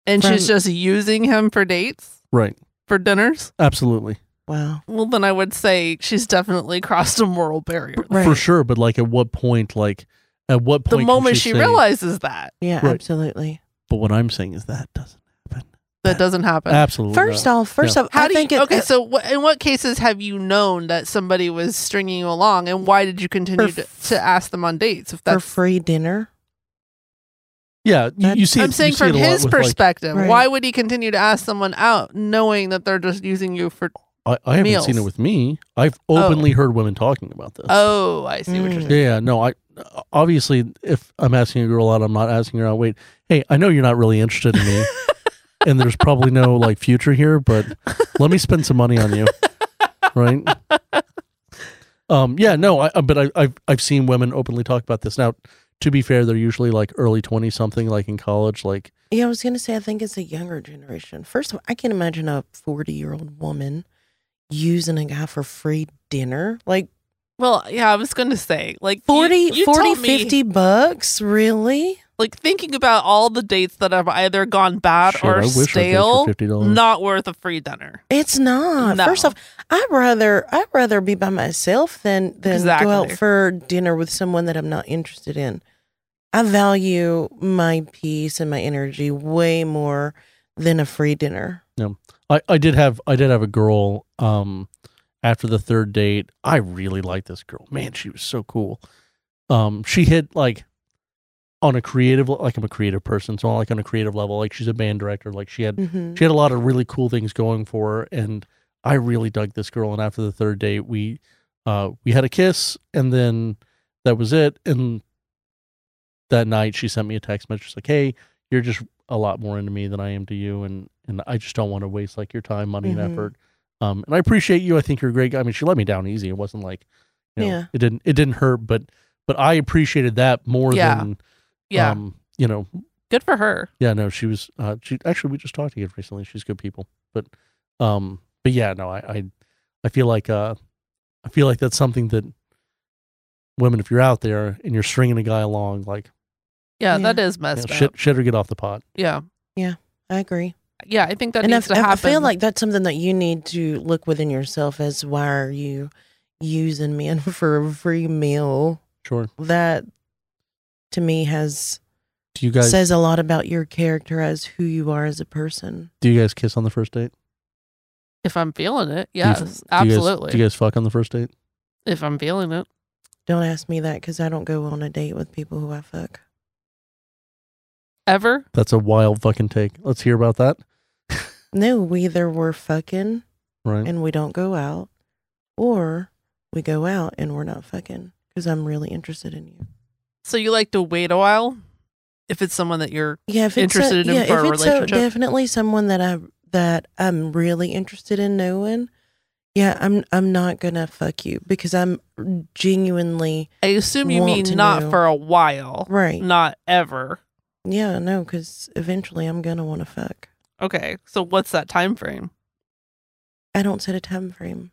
B: and she's
C: From-
B: just using him for dates,
D: Right.
B: for dinners.
D: Absolutely.
C: wow,
B: Well, then I would say she's definitely crossed a moral barrier.
C: right?
D: For sure. But like, at what point? Like, at what
B: The
D: point? can
B: moment she
D: say,
B: realizes that,
C: Yeah,
D: Right.
C: absolutely.
D: But what I'm saying is that doesn't happen.
B: that doesn't happen.
D: Absolutely.
C: First
D: not.
C: off, first
D: uh, Yeah.
C: off,
B: How
C: I
B: do
C: think
B: you?
C: it,
B: okay, so what, in what cases have you known that somebody was stringing you along, and why did you continue
C: For
B: to,
C: f-
B: to ask them on dates? If
C: for
B: that's,
C: free dinner.
D: yeah, you, you
C: That's-
D: see. it-
B: I'm
D: you
B: saying
D: see
B: from
D: it a lot
B: his
D: with, like,
B: perspective,
C: Right.
B: why would he continue to ask someone out knowing that they're just using you for?
D: I, I haven't
B: meals.
D: seen it with me. I've openly heard women talking about this.
B: Oh, I see what you're
C: Mm.
B: saying.
D: Yeah, yeah, no, I obviously if I'm asking a girl out, I'm not asking her out. Wait, hey, I know you're not really interested in me, and there's probably no like future here, but let me spend some money on you, right? Um, yeah, no, I I- but I, I've I've seen women openly talk about this. Now, to be fair, they're usually like early twenty something, like in college, like
C: Yeah, I was gonna say I think it's a younger generation. First of all, I can't imagine a forty year old woman using a guy for free dinner. Like
B: Well, yeah, I was going to say like you-
C: 40,
B: you told
C: 40
B: me,
C: 50 bucks? Really?
B: Like thinking about all the dates that have either gone bad
D: Shit,
B: or
D: I wish I paid for
B: stale,
D: $50.
B: not worth a free dinner.
C: It's not.
B: No.
C: First off, I'd rather I'd rather be by myself than than go out
B: Exactly.
C: for dinner with someone that I'm not interested in. I value my peace and my energy way more than a free dinner.
D: I, I did have I did have a girl um after the third date. I really liked this girl. Man, she was so cool. Um she hit like on a creative le- like I'm a creative person, so like on a creative level, like she's a band director, like she had
C: Mhm.
D: she had a lot of really cool things going for her and i really dug this girl and after the third date we uh we had a kiss and then that was it and that night she sent me a text message like hey you're just a lot more into me than i am to you and and i just don't want to waste like your time money
C: Mhm.
B: Mm-hmm.
D: and effort um and i appreciate you i think you're a great guy i mean she let me down easy it wasn't like you know,
C: Yeah.
D: it didn't it didn't hurt but but i appreciated that more
B: Yeah.
D: than
B: Yeah,
D: um you know
B: good for her.
D: yeah, no, she was. Uh, she actually, we just talked again recently. She's good people, but, um, but yeah, no, I, I, I feel like, uh, I feel like that's something that women, if you're out there and you're stringing a guy along, like
B: Yeah,
C: Yeah.
B: that is
D: you know,
B: messed up.
D: shit, shit or get off the pot.
B: Yeah,
C: I agree.
B: yeah, I think that
C: and I,
B: needs to
C: I
B: happen.
C: feel like that's something that you need to look within yourself as why are you using men for a free meal?
D: Sure.
C: That to me has
D: Do you guys
C: says a lot about your character as who you are as a person.
D: do you guys kiss on the first date?
B: if I'm feeling it,
D: Do you-
B: yes,
D: do you guys-
B: absolutely.
D: do you guys fuck on the first date?
B: if I'm feeling it,
C: Don't ask me that because I don't go on a date with people who I fuck.
B: ever
D: That's a wild fucking take. Let's hear about that.
C: No, we either we're fucking
D: Right.
C: and we don't go out, or we go out and we're not fucking because I'm really interested in you.
B: So you like to wait a while if it's someone that you're
C: Yeah, if it's
B: Interested in
C: yeah,
B: for
C: if
B: a
C: it's
B: relationship?
C: definitely someone that I that I'm really interested in knowing. Yeah, I'm I'm not gonna fuck you because I'm genuinely
B: I assume you
C: Want
B: mean
C: to
B: not
C: know.
B: for a while,
C: right.
B: not ever.
C: Yeah, no, because eventually I'm gonna want to fuck.
B: Okay. So what's that time frame?
C: I don't set a time frame.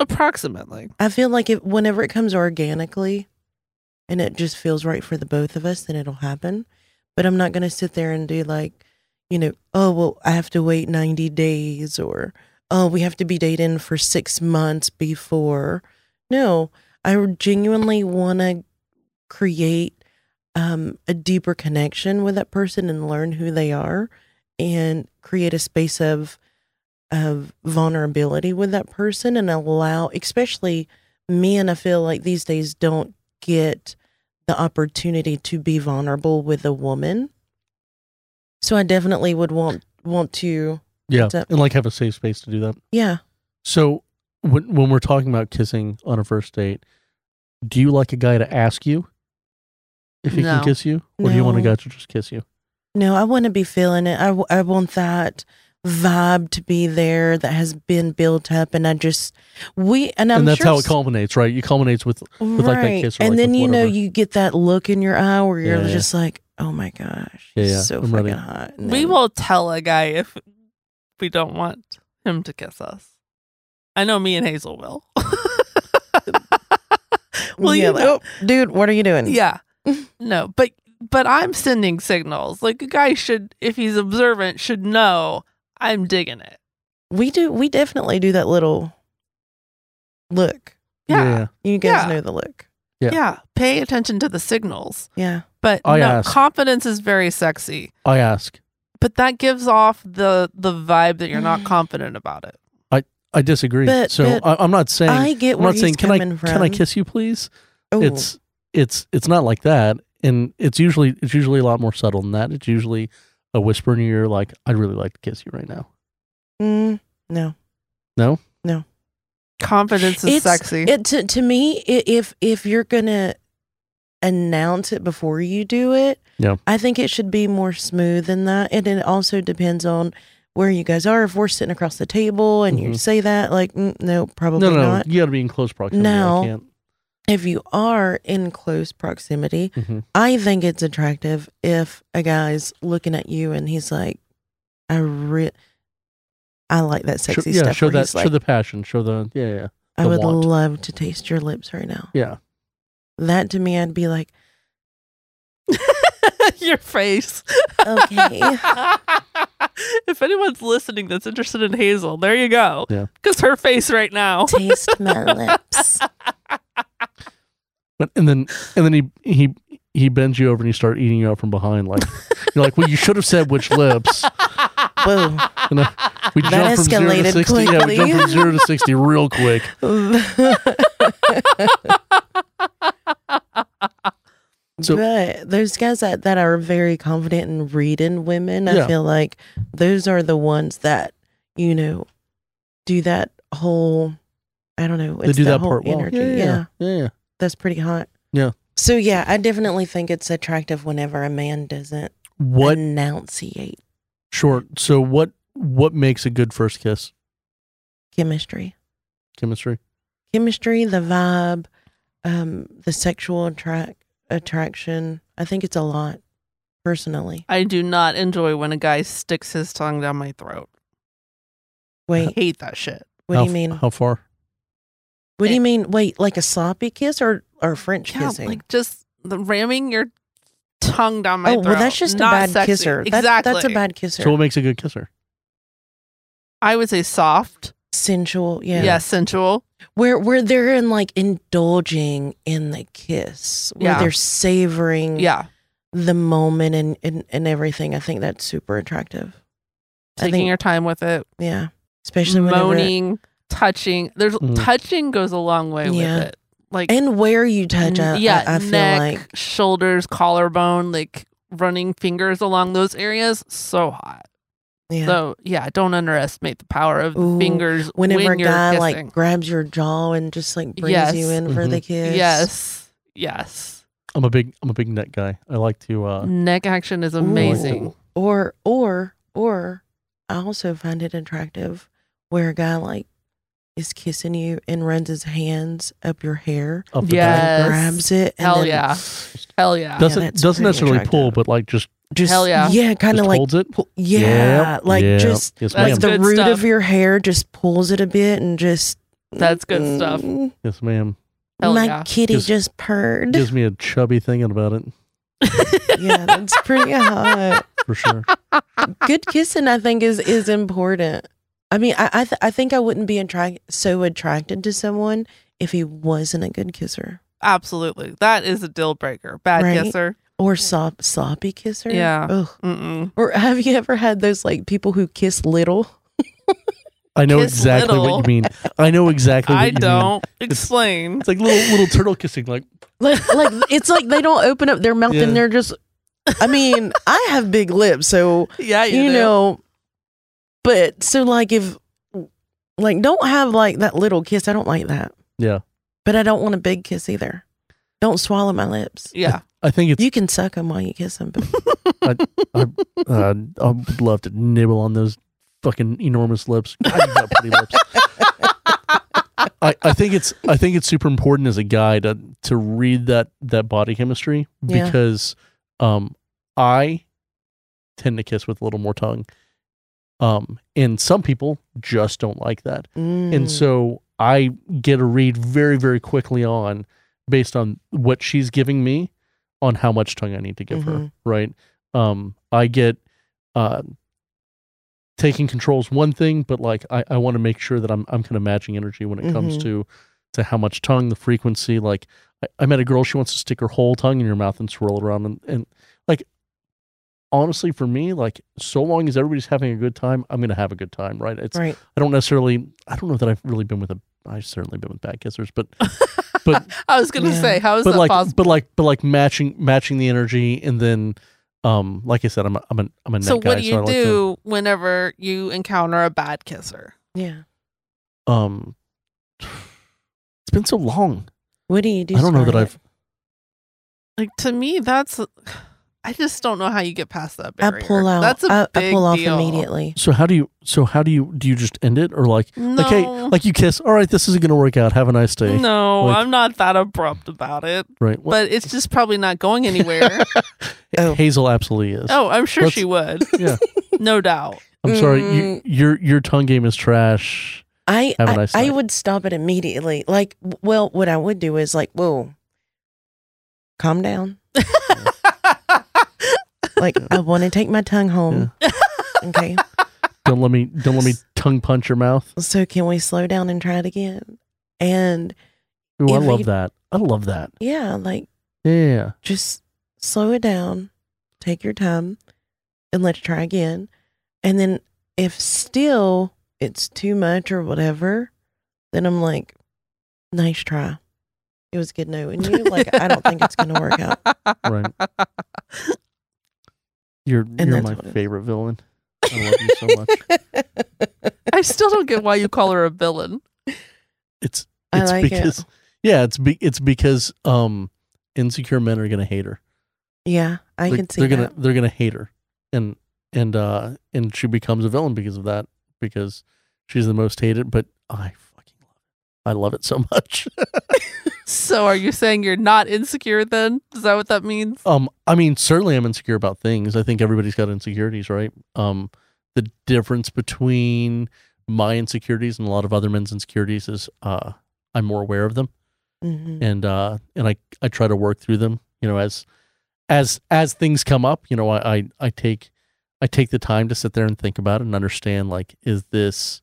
B: Approximately.
C: I feel like if whenever it comes organically and it just feels right for the both of us, then it'll happen. But I'm not gonna sit there and do like, you know, oh well, I have to wait ninety days or oh we have to be dating for six months before. No, I genuinely wanna create um, a deeper connection with that person and learn who they are and create a space of of vulnerability with that person and allow especially men i feel like these days don't get the opportunity to be vulnerable with a woman so i definitely would want want to
D: Yeah.
C: That's it.
D: And like have a safe space to do that.
C: yeah
D: So when when we're talking about kissing on a first date, do you like a guy to ask you if he
B: No.
D: can kiss you, or do you want a
C: No.
D: guy to just kiss you?
C: no i want to be feeling it I, w- I want that vibe to be there that has been built up and i just we and i'm
D: and that's
C: sure
D: how
C: s-
D: it culminates, right? You culminates with
C: right.
D: like, that kiss or,
C: and
D: like,
C: then
D: with
C: you know
D: whatever.
C: you get that look in your eye where you're
D: Yeah, yeah.
C: just like oh my gosh
D: Yeah,
C: he's
D: yeah,
C: so
D: I'm
C: fucking
D: ready.
C: hot And
B: We
C: then-
B: will tell a guy if we don't want him to kiss us. I know me and Hazel will. well,
C: Yeah,
B: you
C: like,
B: know,
C: "Oh, dude, what are you doing?
D: Mm.
B: Yeah. no, but but I'm sending signals. Like a guy should if he's observant should know I'm digging it.
C: we do. We definitely do that little look.
B: Yeah.
C: You guys
B: Yeah.
C: know the look.
B: Yeah.
D: Yeah. Oh,
B: Pay attention to the signals.
C: Yeah,
B: But
D: I
B: no,
D: asked-
B: confidence is very sexy.
D: I ask.
B: but that gives off the the vibe that you're
C: Mm.
B: not confident about it.
D: I disagree.
C: But-
D: so
C: but
D: I, I'm not saying
C: I get
D: I'm
C: where
D: not
C: he's
D: saying can I
C: coming from.
D: can I kiss you please?
C: Oh,
D: It's it's it's not like that, and it's usually it's usually a lot more subtle than that. It's usually a whisper in your ear, like I'd really like to kiss you right now.
C: mm, no.
B: Confidence is sexy.
C: It to, to me, i- if if you're gonna announce it before you do it,
D: Yeah.
C: I think it should be more smooth than that. And it also depends on where you guys are. If we're sitting across the table and you
D: Mhm.
C: say that, like, mm, no, probably
D: No, no,
C: not.
D: you got to be in close proximity.
C: No.
D: I can't.
C: If you are in close proximity,
D: Mhm.
C: I think it's attractive if a guy's looking at you and he's like, I re- I like that
D: Show-
C: sexy
D: yeah,
C: stuff.
D: show
C: where
D: that
C: he's
D: show
C: like,
D: the passion, show the yeah, yeah.
C: I
D: The
C: would
D: want.
C: love to taste your lips right now.
D: Yeah.
C: That to me, I'd be like,
B: Your face.
C: okay.
B: if anyone's listening that's interested in Hazel, there you go.
D: Yeah.
B: Because her face right now.
C: taste my lips.
D: But and then and then he he he bends you over and he starts eating you out from behind. Like you're like, well, you should have said which lips.
C: Boom.
D: You know, we
C: That
D: jump from zero to
C: escalated
D: sixty. Yeah,
C: quickly.
D: we jump from zero to sixty real quick. So-
C: but those guys that, that are very confident in reading women, I
D: Yeah.
C: feel like those are the ones that, you know, do that whole, I don't know,
D: They
C: it's
D: do
C: that,
D: that
C: whole
D: part well.
C: energy.
D: yeah, yeah, yeah, yeah.
C: that's pretty hot.
D: Yeah.
C: So yeah, I definitely think it's attractive whenever a man doesn't
D: What
C: enunciate
D: Sure. So what what makes a good first kiss?
C: chemistry.
D: Chemistry.
C: Chemistry, the vibe, um, the sexual attract attraction. I think it's a lot, personally.
B: I do not enjoy when a guy sticks his tongue down my throat. I
C: Wait,
B: hate that shit.
C: what
D: how,
C: do you
D: f-
C: mean?
D: How far?
C: what do you mean? Wait, like a sloppy kiss or or French
B: Yeah,
C: kissing?
B: like just the ramming your tongue down my
C: oh
B: throat.
C: well, that's just
B: Not
C: a bad
B: sexy.
C: kisser. That-
B: Exactly.
C: that's a bad kisser.
D: So what makes a good kisser?
B: I would say soft.
C: Sensual, yeah.
B: Yeah, sensual.
C: Where where they're in like indulging in the kiss, where
B: Yeah.
C: they're savoring,
B: Yeah.
C: the moment and, and and everything. I think that's super attractive. I
B: Taking
C: think-
B: your time with it.
C: Yeah, especially whenever
B: moaning, touching. There's
D: Mm.
B: touching goes a long way
C: Yeah.
B: with it. Like
C: and where you touch. I, I-
B: yeah,
C: I, feel
B: neck,
C: like
B: shoulders, collarbone, like running fingers along those areas. So hot.
C: yeah.
B: So yeah, don't underestimate the power of the
C: Ooh,
B: fingers
C: whenever
B: when
C: a
B: you're
C: guy
B: kissing.
C: like grabs your jaw and just like brings
B: Yes.
C: you in for
D: Mm-hmm.
C: the kiss.
B: yes, yes.
D: I'm a big I'm a big neck guy. I like to uh
B: Neck action is
C: Ooh.
B: amazing.
C: Or or or I also find it attractive where a guy like is kissing you and runs his hands up your hair.
D: up the
B: Yeah.
D: back.
C: And
B: Yes.
C: grabs it. And
B: Hell
C: then
B: yeah. Hell yeah.
C: Does-
D: Doesn't
C: that's pretty
D: doesn't necessarily pull,
C: attractive.
D: but like just,
C: Just
B: Hell yeah.
C: Yeah, kind of
D: just
C: like
D: holds it.
C: pull- yeah,
D: Yep.
C: like
D: Yep.
C: just
D: yes,
B: That's
D: ma'am.
C: like the
B: good
C: root
B: stuff.
C: of your hair just pulls it a bit and just
B: That's good stuff.
C: Mm,
D: yes, ma'am.
B: Hell
C: my
B: yeah.
C: kitty
D: Gives-
C: just purred
D: Gives me a chubby thinking about it
C: yeah that's pretty hot
D: for sure.
C: good kissing i think is is important i mean i i, th- I think i wouldn't be attract so attracted to someone if he wasn't a good kisser
B: Absolutely. That is a deal breaker. Bad
C: Right.
B: kisser.
C: or slop, sloppy kisser
B: Yeah.
C: Ugh.
B: Mm-mm.
C: or have you ever had those like people who kiss little
D: I know
B: Kiss
D: exactly
B: little.
D: what you mean. I know exactly. What
B: I
D: you mean.
B: don't explain.
D: It's like little little turtle kissing. Like
C: like like it's like they don't open up their mouth
D: Yeah.
C: and they're just i mean i have big lips so
B: Yeah, you,
C: you,
B: do.
C: know but so like if like don't have like that little kiss i don't like that
D: Yeah.
C: but i don't want a big kiss either don't swallow my lips
B: Yeah.
D: I think it's.
C: you can suck them while you kiss them but
D: Uh, I would love to nibble on those fucking enormous lips. God, you got pretty lips. I, I think it's I think it's super important as a guy to to read that that body chemistry
C: Yeah.
D: because um I tend to kiss with a little more tongue. Um and some people just don't like that.
C: Mm.
D: And so I get a read very, very quickly on based on what she's giving me on how much tongue I need to give her.
C: Mhm.
D: Right. Um, I get uh taking control is one thing, but like I, I want to make sure that I'm I'm kind of matching energy when it comes
C: Mhm.
D: to to how much tongue, the frequency. Like I, I met a girl, she wants to stick her whole tongue in your mouth and swirl it around and, and like honestly for me, like so long as everybody's having a good time, I'm gonna have a good time, right? It's
C: right
D: I don't necessarily. I don't know that I've really been with a. I've certainly been with bad kissers, but but
B: I was gonna
C: Yeah.
B: say, how is
D: but
B: that
D: like
B: possible?
D: but like but like matching matching the energy and then, um, like I said, I'm a, I'm a, I'm a net
B: So
D: guy.
B: what do you
D: I like to-
B: do whenever you encounter a bad kisser?
C: yeah
D: um, it's been so long.
C: what do you do
D: I don't know that
C: Scarlett?
D: I've.
B: Like to me, that's I just don't know how you get past that
C: I
B: barrier.
C: pull out.
B: That's a
C: I- I
B: big
C: pull off
B: deal.
C: immediately.
D: So how do you? So how do you? Do you just end it or like?
B: No,
D: Like hey, like you kiss. All right, this isn't gonna work out. Have a nice day.
B: no,
D: like-
B: I'm not that abrupt about it.
D: Right. Well,
B: But it's just probably not going anywhere.
C: Oh.
D: Hazel absolutely is.
B: oh, I'm sure
D: Let's-
B: she would.
D: Yeah.
B: no doubt.
D: I'm sorry.
C: Mm.
D: You, your your tongue game is trash.
C: I
D: Have a
C: I,
D: nice
C: I
D: night.
C: would stop it immediately. Like, w- well, what I would do is like, whoa, calm down. Like, I want to take my tongue home. Okay,
D: Don't let me don't let me tongue punch your mouth.
C: so can we slow down and try it again? And
D: Ooh, I
C: If
D: love
C: you-
D: that. I love that.
C: yeah, like
D: Yeah.
C: just slow it down, take your time, and let's try again. And then if still it's too much or whatever, then I'm like, nice try. It was good knowing you. Like, I don't think it's going to work out.
D: Right. You're you're
C: that's
D: my
C: what it is.
D: favorite villain. I love you so much.
B: I still don't get why you call her a villain.
D: It's
C: I
D: it's
C: like it.
D: because yeah, it's be, it's because um insecure men are gonna hate her.
C: Yeah, I
D: they're,
C: can see
D: they're
C: that.
D: gonna they're gonna hate her and and uh and she becomes a villain because of that because she's the most hated but i fucking love it i love it so much
B: So are you saying you're not insecure then? Is that what that means?
D: um i mean certainly i'm insecure about things i think everybody's got insecurities right um the difference between my insecurities and a lot of other men's insecurities is uh i'm more aware of them
C: Mhm.
D: and uh and I I try to work through them you know as as as things come up you know I I, I take I take the time to sit there and think about it and understand like is this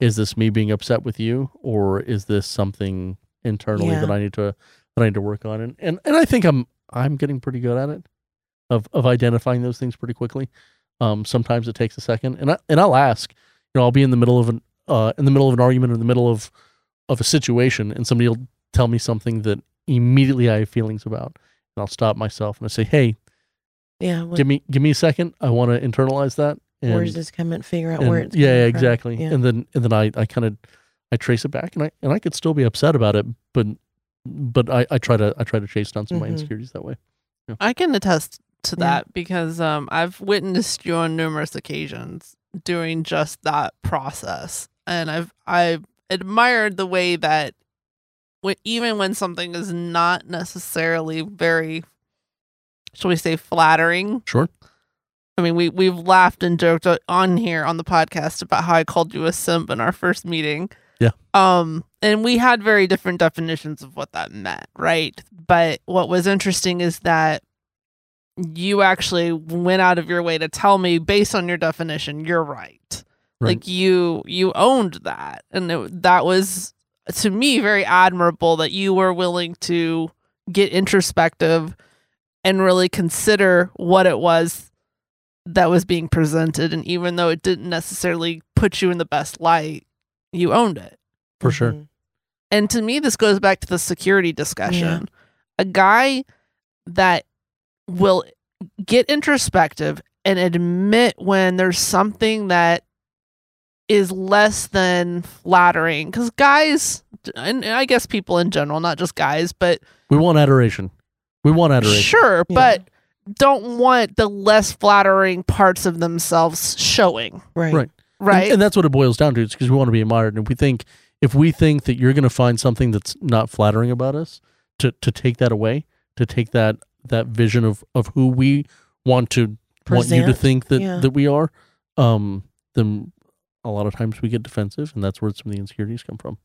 D: is this me being upset with you or is this something internally
C: Yeah.
D: that I need to that I need to work on and, and and I think I'm I'm getting pretty good at it of of identifying those things pretty quickly um sometimes it takes a second and I and I'll ask you know I'll be in the middle of an uh in the middle of an argument or in the middle of of a situation and somebody will tell me something that immediately I have feelings about. And I'll stop myself and I say, Hey,
C: Yeah, what-
D: give me give me a second. I want to internalize that. And,
C: where's this coming? Figure out
D: and-
C: where it's
D: yeah,
C: coming
D: yeah,
C: from.
D: exactly.
C: Yeah.
D: And then and then I, I kind of I trace it back and I and I could still be upset about it, but but I, I try to I try to chase down some of my
C: Mhm.
B: Mm-hmm.
D: insecurities that way.
B: I can attest to
C: Yeah.
B: that because um, I've witnessed you on numerous occasions doing just that process, and I've I've admired the way that when, even when something is not necessarily very, shall we say, flattering.
D: Sure.
B: I mean, we we've laughed and joked o- on here on the podcast about how I called you a simp in our first meeting.
D: Yeah.
B: Um, and we had very different definitions of what that meant, right? But what was interesting is that you actually went out of your way to tell me based on your definition you're right
D: Right.
B: like you you owned that and it, that was to me very admirable that you were willing to get introspective and really consider what it was that was being presented and even though it didn't necessarily put you in the best light you owned it
D: For sure.
C: Mhm.
B: and to me, this goes back to the security discussion. A guy that will get introspective and admit when there's something that is less than flattering. Because guys, and and I guess people in general, not just guys, but
D: We want adoration. We want adoration.
B: sure,
C: Yeah.
B: but don't want the less flattering parts of themselves showing,
C: Right.
D: Right. And-
B: right?
D: And, that's what it boils down to. It's because we want to be admired. And if we think, if we think that you're going to find something that's not flattering about us, to, to take that away, to take that that vision of, of who we want to want you
C: Present,
D: to think that,
C: yeah.
D: that we are, um, then a lot of times we get defensive, and that's where some of the insecurities come from.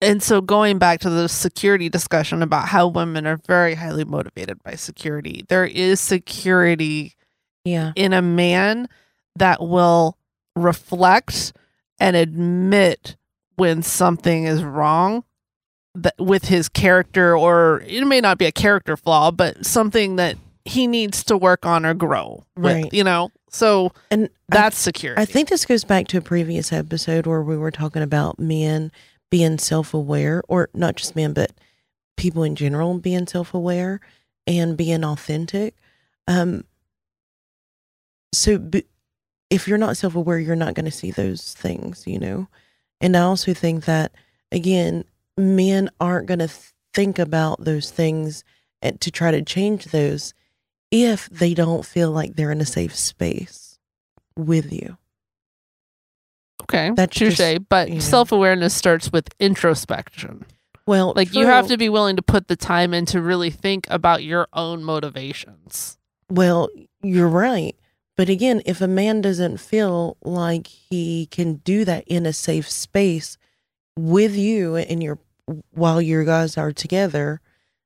B: And so going back to the security discussion about how women are very highly motivated by security, there is security
C: Yeah.
B: in a man that will reflect and admit when something is wrong that with his character or it may not be a character flaw, but something that he needs to work on or grow. with,
C: Right.
B: you know? So
C: And I
B: that's security.
C: I think this goes back to a previous episode where we were talking about men being self aware, or not just men, but people in general being self aware and being authentic. Um, so b- if you're not self aware, you're not going to see those things, you know? And I also think that, again, men aren't going to think about those things and to try to change those if they don't feel like they're in a safe space with you.
B: okay.
C: that's
B: That's touche.
C: just,
B: but
C: you know.
B: self awareness starts with introspection.
C: Well,
B: Like you have
C: true.
B: to be willing to put the time in to really think about your own motivations.
C: Well, you're right. But again, if a man doesn't feel like he can do that in a safe space, with you and your while you guys are together,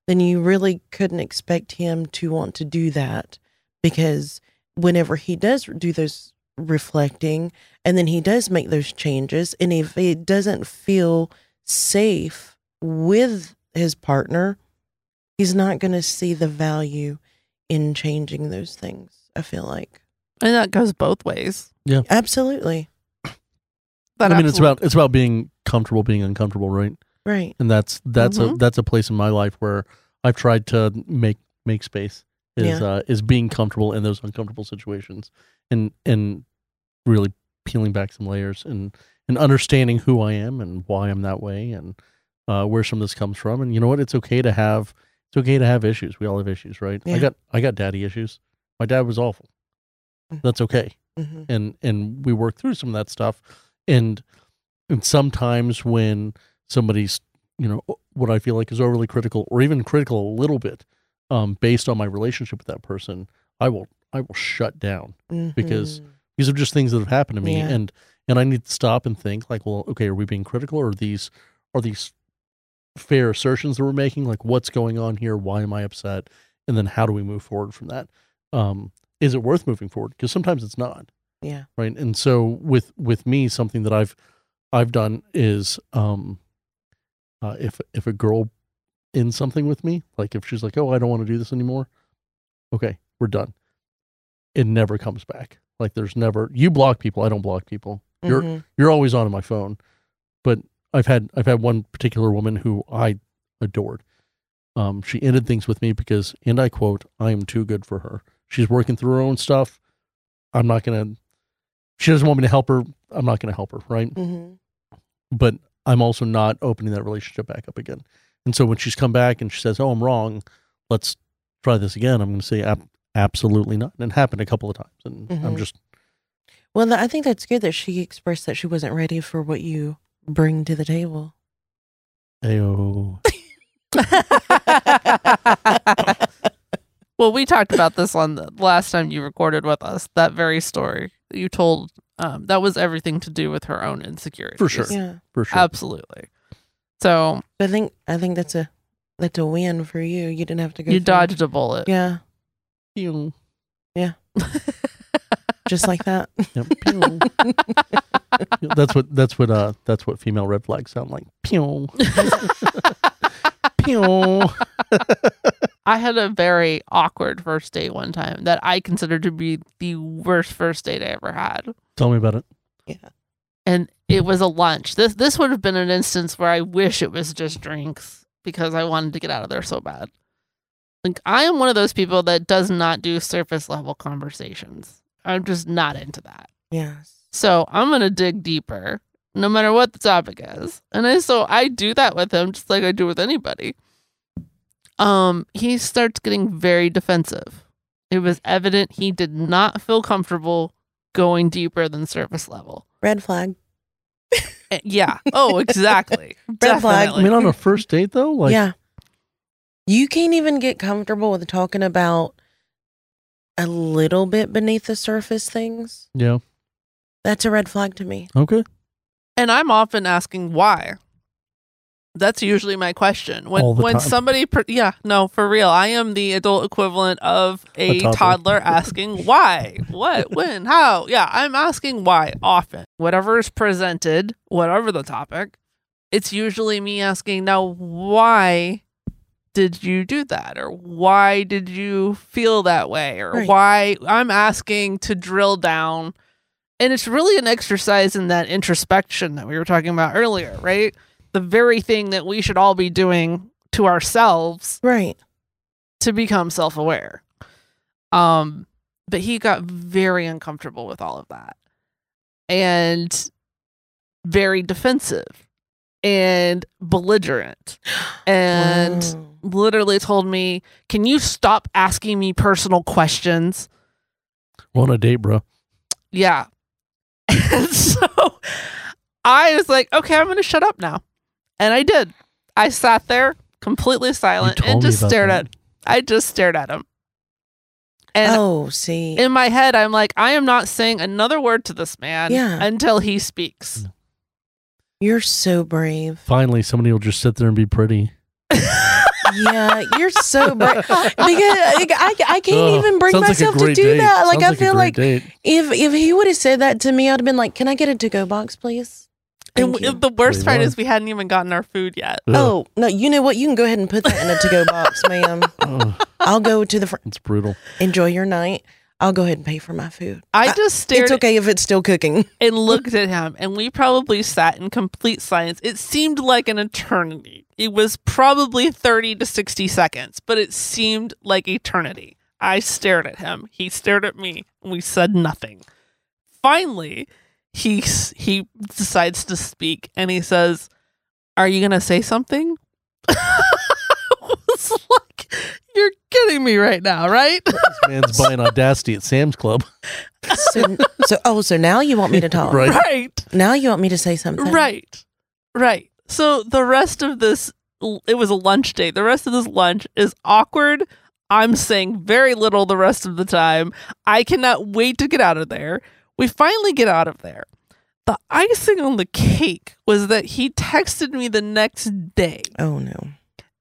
C: then you really couldn't expect him to want to do that because whenever he does do those reflecting and then he does make those changes and if it doesn't feel safe with his partner, he's not going to see the value in changing those things. I feel like
B: And that goes both ways.
C: absolutely
B: That
D: I mean, it's
B: absolute-
D: about it's about being comfortable, being uncomfortable, right?
C: right. Mm-hmm.
D: And that's that's a
B: Mhm.
D: that's a place in my life where I've tried to make make space is
C: Yeah.
D: uh, is being comfortable in those uncomfortable situations, and and really peeling back some layers and and understanding who I am and why I'm that way and uh, where some of this comes from. And you know what? It's okay to have it's okay to have issues. We all have issues, right? I
C: Yeah.
D: got I got daddy issues. My dad was awful.
C: Mhm.
D: That's okay
C: hmm
D: and and we work through some of that stuff and and sometimes when somebody's you know what i feel like is overly critical or even critical a little bit um based on my relationship with that person i will i will shut down
C: Mm-hmm.
D: Because- these are just things that have happened to me
C: Yeah.
D: and and i need to stop and think like well okay are we being critical or are these are these fair assertions that we're making like what's going on here why am i upset and then how do we move forward from that um is it worth moving forward because sometimes it's not
C: yeah,
D: right and so with with me something that i've i've done is um uh, if if a girl in something with me like if she's like oh i don't want to do this anymore okay we're done it never comes back like there's never you block people i don't block people you're
C: Mhm.
D: you're always on my phone but i've had i've had one particular woman who i adored um she ended things with me because and i quote i am too good for her she's working through her own stuff i'm not gonna she doesn't want me to help her i'm not gonna help her right
C: Mhm.
D: but i'm also not opening that relationship back up again and so when she's come back and she says oh i'm wrong let's try this again i'm gonna say "Ab- absolutely not and it happened a couple of times and i'm
C: Mhm.
D: just
C: Well, th- I think that's good that she expressed that she wasn't ready for what you bring to the table.
D: oh
B: Well, we talked about this on the last time you recorded with us. That very story that you told um, that was everything to do with her own insecurities.
D: For sure.
C: yeah,
D: for sure
B: absolutely. So
C: but I think I think that's a that's a win for you. You didn't have to go.
B: you
C: through-
B: dodged a bullet.
C: Yeah,
D: Pew.
C: just like that.
D: Yep. Pew. that's what that's what uh that's what female red flags sound like. Pew. Pew.
B: I had a very awkward first date one time that I consider to be the worst first date I ever had.
D: Tell me about it.
B: and it was a lunch. This this would have been an instance where I wish it was just drinks because I wanted to get out of there so bad. Like I am one of those people that does not do surface level conversations. I'm just not into that.
C: yes.
B: So I'm gonna dig deeper, no matter what the topic is. And I so I do that with him just like I do with anybody. Um, he starts getting very defensive. It was evident he did not feel comfortable going deeper than surface level.
C: Red flag.
B: Uh, Yeah. Oh, exactly.
C: Red flag.
D: I mean on a first date though, like
C: yeah. You can't even get comfortable with talking about a little bit beneath the surface things.
D: yeah.
C: That's a red flag to me.
D: Okay.
B: And I'm often asking why. That's usually my question. When
D: All the
B: when
D: time.
B: somebody pr- yeah, no, for real. I am the adult equivalent of a,
D: A toddler.
B: toddler. asking why, what, when, how. Yeah, I'm asking why often. Whatever is presented, whatever the topic, it's usually me asking, "Now why did you do that?" or "Why did you feel that way?" or
C: Right.
B: "Why?" I'm asking to drill down and it's really an exercise in that introspection that we were talking about earlier, right? The very thing that we should all be doing to ourselves
C: Right.
B: to become self-aware. Um but he got very uncomfortable with all of that and very defensive and belligerent and
C: Wow.
B: literally told me, "Can you stop asking me personal questions?"
D: On a date, bro.
B: Yeah. And so I was like, okay, I'm going to shut up now. And I did. I sat there completely silent
D: You told
B: and
D: me
B: just
D: about
B: stared
D: that.
B: at I just stared at him. And
C: oh, see.
B: in my head, I'm like, I am not saying another word to this man
C: Yeah.
D: Mm.
B: until he speaks.
C: You're so brave.
D: Finally, somebody will just sit there and be pretty.
C: Yeah, you're so brave. Because like, I, I can't
D: Ugh,
C: even bring
D: sounds like a
C: myself to
D: great
C: do
D: date.
C: that. Like
D: Sounds
C: I feel
D: a
C: like
D: great date.
C: if if he would have said that to me, I'd have been like, "Can I get a to go box, please?"
B: And
C: Thank you.
B: w- the worst
D: Wait,
B: part
D: what?
B: is we hadn't even gotten our food yet.
D: Ugh.
C: Oh no, you know what? You can go ahead and put that in a to go box, ma'am.
D: Ugh,
C: I'll go to the fr-
D: it's brutal.
C: enjoy your night. I'll go ahead and pay for my food.
B: I
C: I-
B: just stared
C: it's okay if it's still cooking.
B: and looked at him, and we probably sat in complete silence. It seemed like an eternity. It was probably 30 to 60 seconds, but it seemed like eternity. I stared at him. He stared at me. And we said nothing. Finally, he s- he decides to speak, and he says, "Are you gonna say something?" I was like, "You're kidding me right now, right?"
D: This man's buying audacity at Sam's Club.
C: So, so oh, so now you want me to talk?
D: Right.
B: Right.
C: Now you want me to say something?
B: Right. Right. So the rest of this, it was a lunch date. The rest of this lunch is awkward. I'm saying very little the rest of the time. I cannot wait to get out of there. We finally get out of there. The icing on the cake was that he texted me the next day
C: Oh no.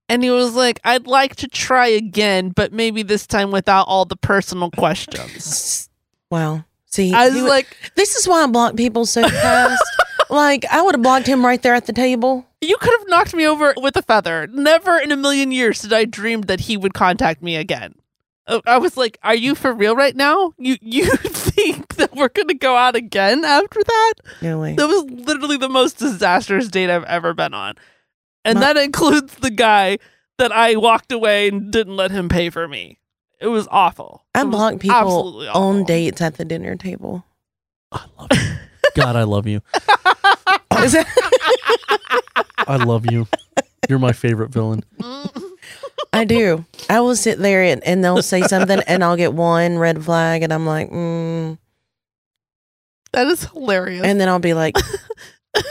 B: and he was like, I'd like to try again, but maybe this time without all the personal questions.
C: S- Wow. See,
B: I was
C: you-
B: like,
C: this is why I block people so fast. like I would have blocked him right there at the table.
B: You could have knocked me over with a feather. Never in a million years did I dream that he would contact me again. Uh, I was like, "Are you for real right now? You you think that we're gonna go out again after that?"
C: No way.
B: That was literally the most disastrous date I've ever been on, and
C: My-
B: that includes the guy that I walked away and didn't let him pay for me. It was awful.
C: I
B: It was
C: block people
B: absolutely awful.
C: on dates at the dinner table.
D: I love you. God, I love you.
C: Is that-
D: I love you. You're my favorite villain.
C: I do. I will sit there and, and they'll say something, and I'll get one red flag, and I'm like, mm,
B: That is hilarious.
C: and then I'll be like,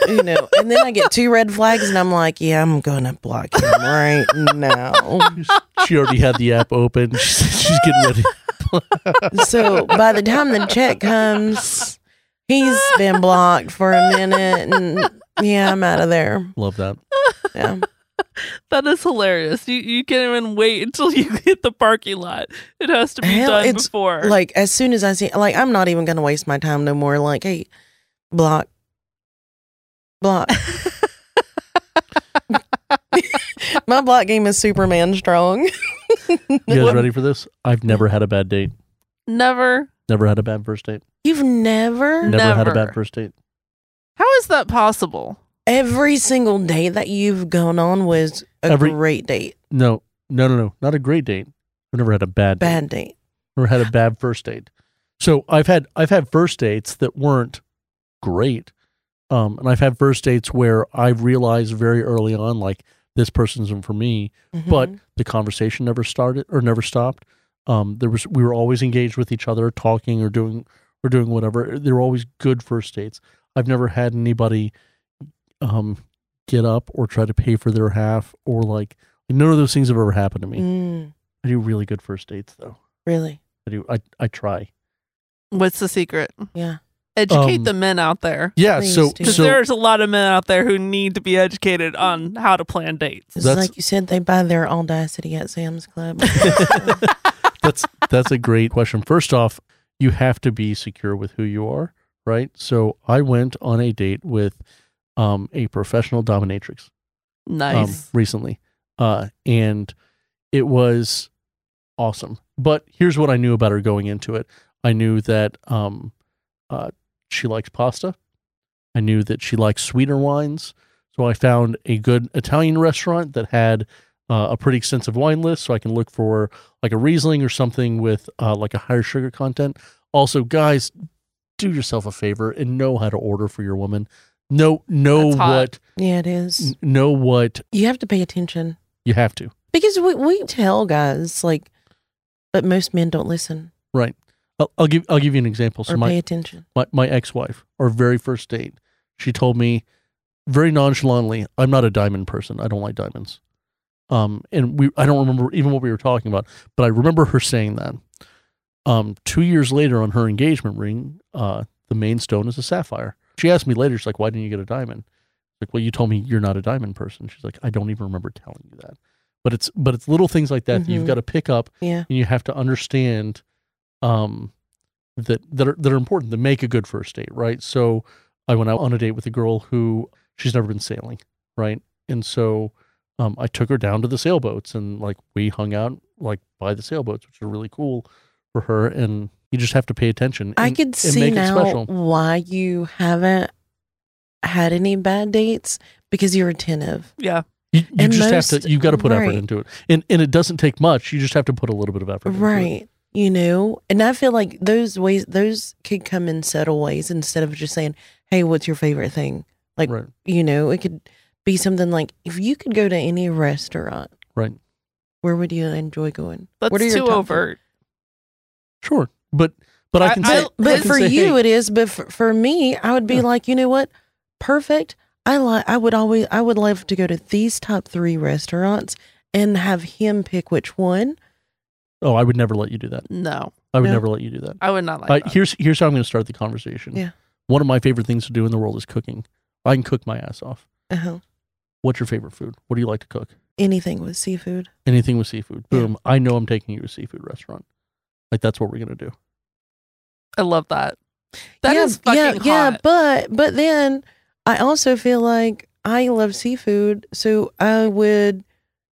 C: you know, and then I get two red flags, and I'm like, yeah, I'm gonna block him right now.
D: She already had the app open. She's, she's getting ready.
C: So by the time the check comes, he's been blocked for a minute, and yeah, I'm out of there.
D: Love that.
C: Yeah.
B: That is hilarious. You you can't even wait until you hit the parking lot. It has to be
C: Hell,
B: done
C: it's
B: before.
C: Like as soon as I see, like I'm not even gonna waste my time no more. Like, hey, block, block. my block game is Superman strong.
D: You guys ready for this? I've never had a bad date.
B: never.
D: Never had a bad first date.
C: You've never
D: Never, had a
B: Never.
D: bad first date.
B: How is that possible?
C: every single day that you've gone on was a
D: Every-
C: great date,
D: No, no, no, no. Not a great date. I've never had a bad, date.
C: bad date.
D: Never had a bad first date. So I've had I've had first dates that weren't great. Um, and I've had first dates where I've realized very early on, like this person's isn't for me. but
C: Mhm.
D: the conversation never started or never stopped. Um, there was we were always engaged with each other, talking or doing or doing whatever. They were always good first dates. I've never had anybody um, get up or try to pay for their half or like none of those things have ever happened to me.
C: Mm,
D: I do really good first dates though.
C: really,
D: I do. I I try.
B: What's the secret?
C: yeah.
B: Educate
D: Um,
B: the men out there.
D: Yeah.
C: Please
D: so
C: do.
B: Because
D: so
B: there's a lot of men out there who need to be educated on how to plan dates.
C: It's
D: That's-
C: like you said, they buy their audacity at Sam's Club.
D: that's that's a great question. First off, you have to be secure with who you are, right? So I went on a date with um, a professional dominatrix. um,
B: Nice.
D: recently, uh, and it was awesome. But here's what I knew about her going into it: I knew that um, uh, she likes pasta. I knew that she likes sweeter wines, so I found a good Italian restaurant that had uh, a pretty extensive wine list, so I can look for like a Riesling or something with uh, like a higher sugar content. Also, guys, do yourself a favor and know how to order for your woman. Know know
B: That's hot.
D: what
C: yeah, it is.
D: know what
C: You have to pay attention
D: you have to.
C: because we, we tell guys like, but most men don't listen
D: I'll, I'll give I'll give you an example. So
C: or pay
D: my,
C: attention.
D: my my ex-wife, our very first date, she told me very nonchalantly, "I'm not a diamond person. I don't like diamonds." Um, and we I don't remember even what we were talking about, but I remember her saying that. Um, two years later, on her engagement ring, uh, the main stone is a sapphire. She asked me later, she's like, "Why didn't you get a diamond?" Like, well, you told me you're not a diamond person. She's like, I don't even remember telling you that. But it's but it's little things like that, that you've
C: Mhm.
D: got to pick up
C: Yeah.
D: and you have to understand um that that are that are important to make a good first date, right? So I went out on a date with a girl who she's never been sailing, right? And so um I took her down to the sailboats and like we hung out like by the sailboats, which are really cool for her and you just have to pay attention.
C: I
D: and-
C: could
D: and
C: see
D: make it
C: now
D: special.
C: why you haven't had any bad dates because you're attentive.
B: Yeah.
D: You, you
C: And
D: just have
C: most-
D: to. You've got to put effort
C: right.
D: into it, and and it doesn't take much. You just have to put a little bit of effort. into it.
C: Right. You know, and I feel like those ways, those could come in subtle ways instead of just saying, hey, what's your favorite thing? Like,
D: right.
C: You know, it could be something like if you could go to any restaurant,
D: Right.
C: where would you enjoy going?
B: That's
C: what are your
B: too
C: top-
B: overt.
D: Sure. But but I,
B: I-
D: can
B: I-
D: say.
C: But, but
D: can
C: for
D: say,
C: you
D: hey-
C: it is. But for, for me, I would be
D: Yeah.
C: like, you know what? Perfect. I like. I would always. I would love to go to these top three restaurants and have him pick which one.
D: oh, I would never let you do that.
B: No,
D: I would
C: No.
D: never let you do that.
B: I would not like
D: Uh,
B: that.
D: here's here's how I'm going to start the conversation.
C: Yeah.
D: One of my favorite things to do in the world is cooking. I can cook my ass off.
C: Uh-huh.
D: What's your favorite food? What do you like to cook?
C: Anything with seafood.
D: Anything with seafood.
C: Yeah.
D: Boom. I know I'm taking you to a seafood restaurant. Like that's what we're going to do.
B: I love that. That
C: yeah,
B: is fucking
C: yeah,
B: hot.
C: yeah. But but then I also feel like I love seafood, so I would.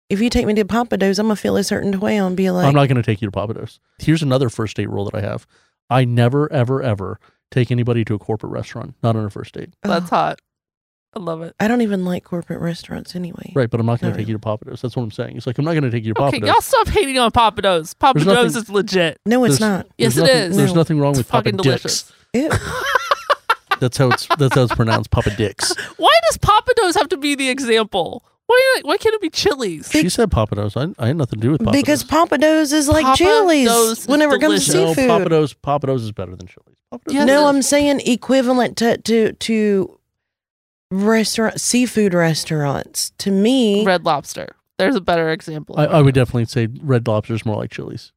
C: If you take me to Papa Do's, I'm gonna feel a certain way and be like,
D: I'm not going to take you to Papados. Here's another first date rule that I have. I never ever ever take anybody to a corporate restaurant not on a first date.
C: "Oh,
B: That's hot. I love it.
C: I don't even like corporate restaurants anyway.
D: Right, but I'm not going
C: Not
D: to take you to Papados. That's what I'm saying. It's like I'm not going to take you to
B: Okay,
D: Papados.
B: y'all stop hating on Papa Do's. Papa
D: There's
B: Do's
D: nothing-
B: is legit.
C: No, it's
D: There's-
C: not.
B: Yes,
D: there's
B: it
D: nothing-
B: is.
D: There's nothing wrong
B: It's
D: with Papa
B: fucking delicious.
D: Dicks.
C: Ew.
D: That's how it's that's how it's pronounced. Papa Dicks.
B: Why does Papa Do's have to be the example? Why? Why can't it be Chili's?
D: She said Papados. I, I had nothing to do with Papados.
C: Because Papa Do's is like
B: Papa
C: chilies
B: Do's is
C: whenever it comes to
D: no,
B: delicious.
C: seafood. No,
D: Papados Papados is better than Chili's. Papados.
B: Yeah, it
C: I'm saying equivalent to to to restaurant seafood restaurants. To me,
B: Red Lobster. There's a better example.
D: I, I would definitely say Red Lobster is more like Chili's,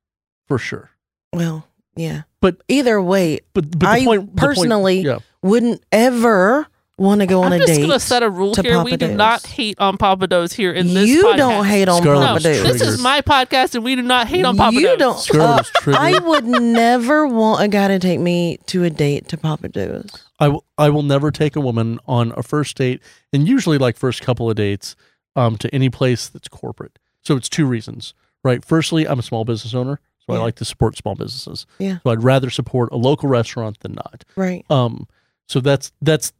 D: for sure.
C: well, yeah.
D: But-
C: either way,
D: But but the
C: I
D: point the point-
C: personally-
D: yeah.
C: wouldn't ever want to go on
B: I'm
C: a
B: just
C: date.
B: gonna set a rule
C: to
B: here.
C: Papa
B: we do
C: Do's.
B: not hate on Papa Do's here in this.
C: you
B: podcast.
C: don't hate on
D: Scarlet
B: No,
C: Papa Do's.
B: this is
D: Triggers.
B: my podcast, and we do not hate on Papa
C: You
B: Do's.
C: don't.
D: Scarlet
C: uh,
D: was triggered.
C: I would never want a guy to take me to a date to Papa Do's.
D: I will I will never take a woman on a first date, and usually like first couple of dates, um, to any place that's corporate. So it's two reasons, right? Firstly, I'm a small business owner, so I
C: Yeah.
D: like to support small businesses.
C: Yeah.
D: So I'd rather support a local restaurant than not.
C: Right.
D: Um, so that's that's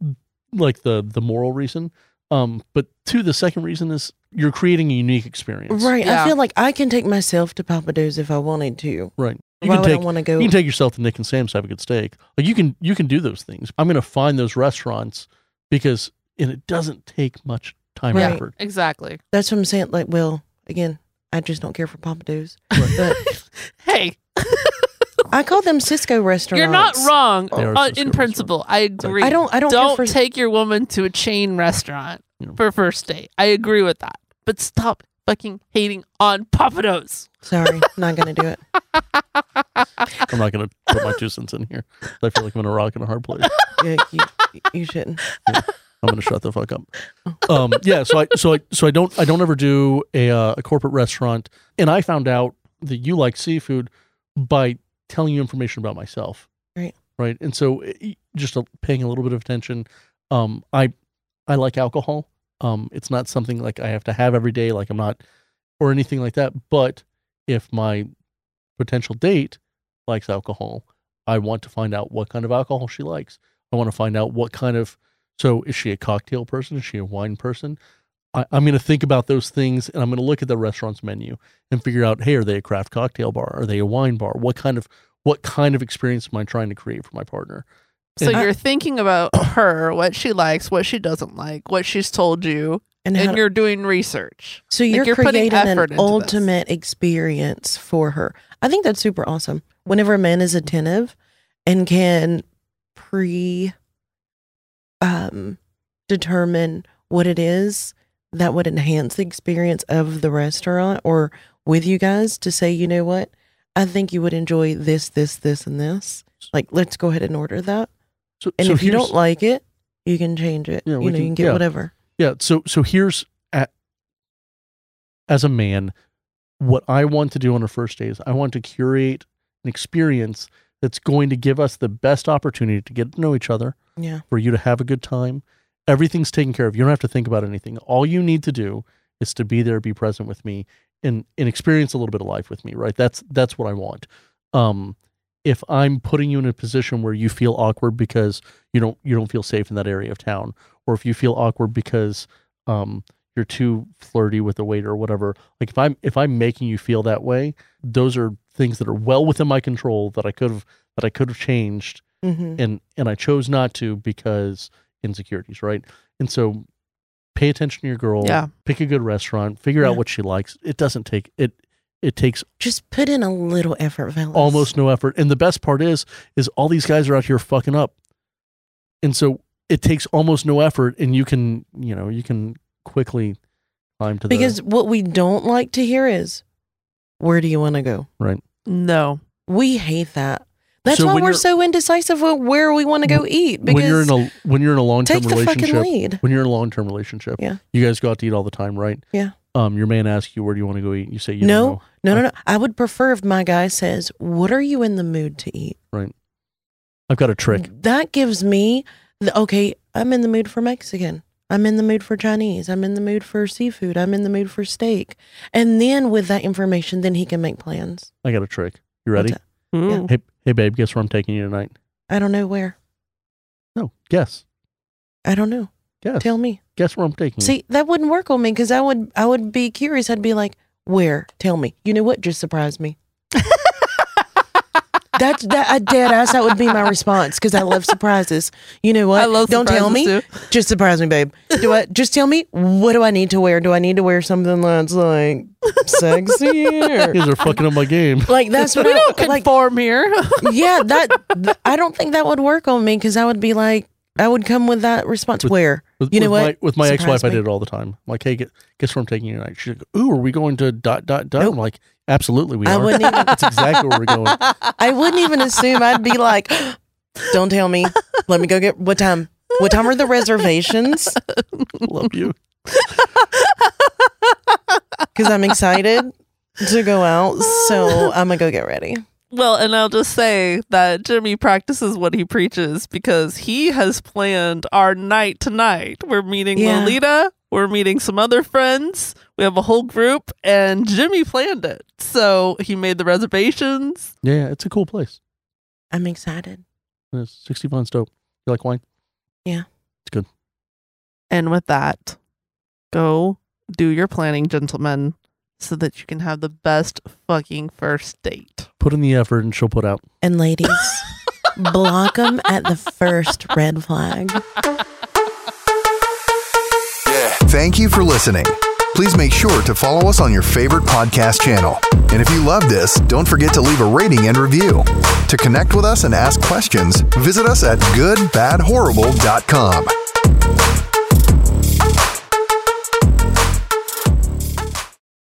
D: like the the moral reason. Um, but two, the second reason is you're creating a unique experience.
C: Right.
B: Yeah.
C: I feel like I can take myself to Papa Do's if I wanted to.
D: Right. You
C: Why
D: can
C: would
D: take
C: I want to go?
D: you can take yourself to Nick and Sam's to have a good steak. Like you can you can do those things. I'm gonna find those restaurants because and it doesn't take much time and
C: Right.
D: effort.
B: Exactly.
C: That's what I'm saying. Like, well, again, I just don't care for Papa Do's. But
B: Hey,
C: I call them Cisco restaurants.
B: you're not wrong
D: They are
B: uh,
D: Cisco
B: in
D: restaurants.
B: principle. I agree.
C: I don't. I don't.
B: don't
C: care for,
B: take your woman to a chain restaurant
D: No.
B: for a first date. I agree with that. But stop fucking hating on Papa Do's.
C: Sorry, not gonna do it.
D: I'm not gonna put my two cents in here. I feel like I'm in a rock in a hard place.
C: Yeah, you, you shouldn't.
D: I'm gonna shut the fuck up. Um, yeah, so I so I so I don't I don't ever do a uh, a corporate restaurant, and I found out that you like seafood by telling you information about myself.
C: Right.
D: Right. And so e- just a, paying a little bit of attention. Um, I I like alcohol. Um, it's not something like I have to have every day. Like I'm not or anything like that. But if my potential date likes alcohol, I want to find out what kind of alcohol she likes. I want to find out what kind of so is she a cocktail person? Is she a wine person? I, I'm going to think about those things and I'm going to look at the restaurant's menu and figure out, hey, are they a craft cocktail bar? Are they a wine bar? What kind of what kind of experience am I trying to create for my partner?
B: So
D: And-
B: you're thinking about her, what she likes, what she doesn't like, what she's told you,
C: And,
B: and
C: how,
B: you're doing research.
C: so
B: like
C: you're,
B: you're putting
C: creating
B: effort into
C: an
B: this.
C: ultimate experience for her. I think that's super awesome. Whenever a man is attentive and can pre um determine what it is that would enhance the experience of the restaurant or with you guys to say, you know what, I think you would enjoy this, this, this, and this. Like, let's go ahead and order that.
D: So,
C: And
D: so
C: if you
D: here's-
C: don't like it, you can change it.
D: Yeah,
C: you
D: we
C: know, you
D: can-
C: can get
D: yeah.
C: whatever.
D: Yeah. So so here's at, as a man, what I want to do on a first day is I want to curate an experience that's going to give us the best opportunity to get to know each other,
C: Yeah.
D: for you to have a good time. Everything's taken care of. You don't have to think about anything. All you need to do is to be there, be present with me, and and experience a little bit of life with me. Right. That's that's what I want. Um, if I'm putting you in a position where you feel awkward because you don't you don't feel safe in that area of town, or if you feel awkward because um you're too flirty with the waiter or whatever, like if I'm if I'm making you feel that way, those are things that are well within my control that I could have that I could have changed
C: Mm-hmm.
D: and and I chose not to because insecurities, right? And so pay attention to your girl,
B: Yeah.
D: pick a good restaurant, figure out
C: Yeah.
D: what she likes. It doesn't take it it takes
C: Just put in a little effort, fellas.
D: almost no effort. And the best part is is all these guys are out here fucking up. And so it takes almost no effort and you can, you know, you can quickly climb to
C: Because what we don't like to hear is, where do you want to go?
B: No.
C: We hate that. That's
D: So
C: why
D: when
C: we're
D: you're-
C: so indecisive of where we want to go eat.
D: the
C: Because
D: when you're in a when you're in a long-term
C: take the fucking
D: relationship.
C: lead.
D: When you're in a long-term relationship,
C: Yeah.
D: you guys go out to eat all the time, right?
C: Yeah.
D: Um, your man asks you, "Where do you want to go eat?" You say, you don't
C: No.
D: know.
C: No, no, no. I would prefer if my guy says, "What are you in the mood to eat?"
D: I've got a trick.
C: That gives me the okay. I'm in the mood for Mexican. I'm in the mood for Chinese. I'm in the mood for seafood. I'm in the mood for steak. And then with that information, then he can make plans.
D: I got a trick. You ready?
C: What's
B: Mm.
D: Hey, hey, babe, guess where I'm taking you tonight?
C: that? I don't know where.
D: No, guess,
C: I don't know.
D: guess,
C: Tell me.
D: guess where I'm
B: Hmm.
D: taking you.
C: See, that wouldn't work on me because I would I would be curious. I'd be like, where? Tell me. You know what? Just surprise me. That's that I dead ass. That would be my response because I love surprises. You know what?
B: I love
C: Don't tell me.
B: surprises,
C: Just surprise me, babe. Do I just tell me what do I need to wear? Do I need to wear something that's like sexy? or-
D: You guys are fucking up my game.
C: like that's what
B: we
C: I
B: don't
C: like.
B: conform here.
C: Yeah, that th- I don't think that would work on me because I would be like, I would come with that response.
D: With-
C: where?
D: With,
C: You know
D: with
C: what?
D: My, with my
C: Surprise
D: ex-wife, I
C: me.
D: did it all the time. I'm like, hey, gu- guess where I'm taking you tonight? She's like, ooh, are we going to dot dot dot?
C: Nope.
D: I'm like, absolutely, we
C: I
D: are.
C: wouldn't e- even
D: That's exactly where we're going.
C: I wouldn't even assume. I'd be like, don't tell me. Let me go get what time? What time are the reservations?
D: Love you.
C: Because I'm excited to go out. So I'm going to go get ready.
B: Well, and I'll just say that Jimmy practices what he preaches because he has planned our night tonight. We're meeting
C: Yeah.
B: Lolita, we're meeting some other friends, we have a whole group, and Jimmy planned it. So he made the reservations.
D: Yeah, yeah, it's a cool place.
C: I'm excited.
D: It's 60 Vine's dope. You like wine?
B: And with that, go do your planning, gentlemen, so that you can have the best fucking first date.
D: Put in the effort and she'll put out.
C: And ladies, block them at the first red flag.
A: Thank you for listening. Please make sure to follow us on your favorite podcast channel. And if you love this, don't forget to leave a rating and review. To connect with us and ask questions, visit us at goodbadhorrible.com.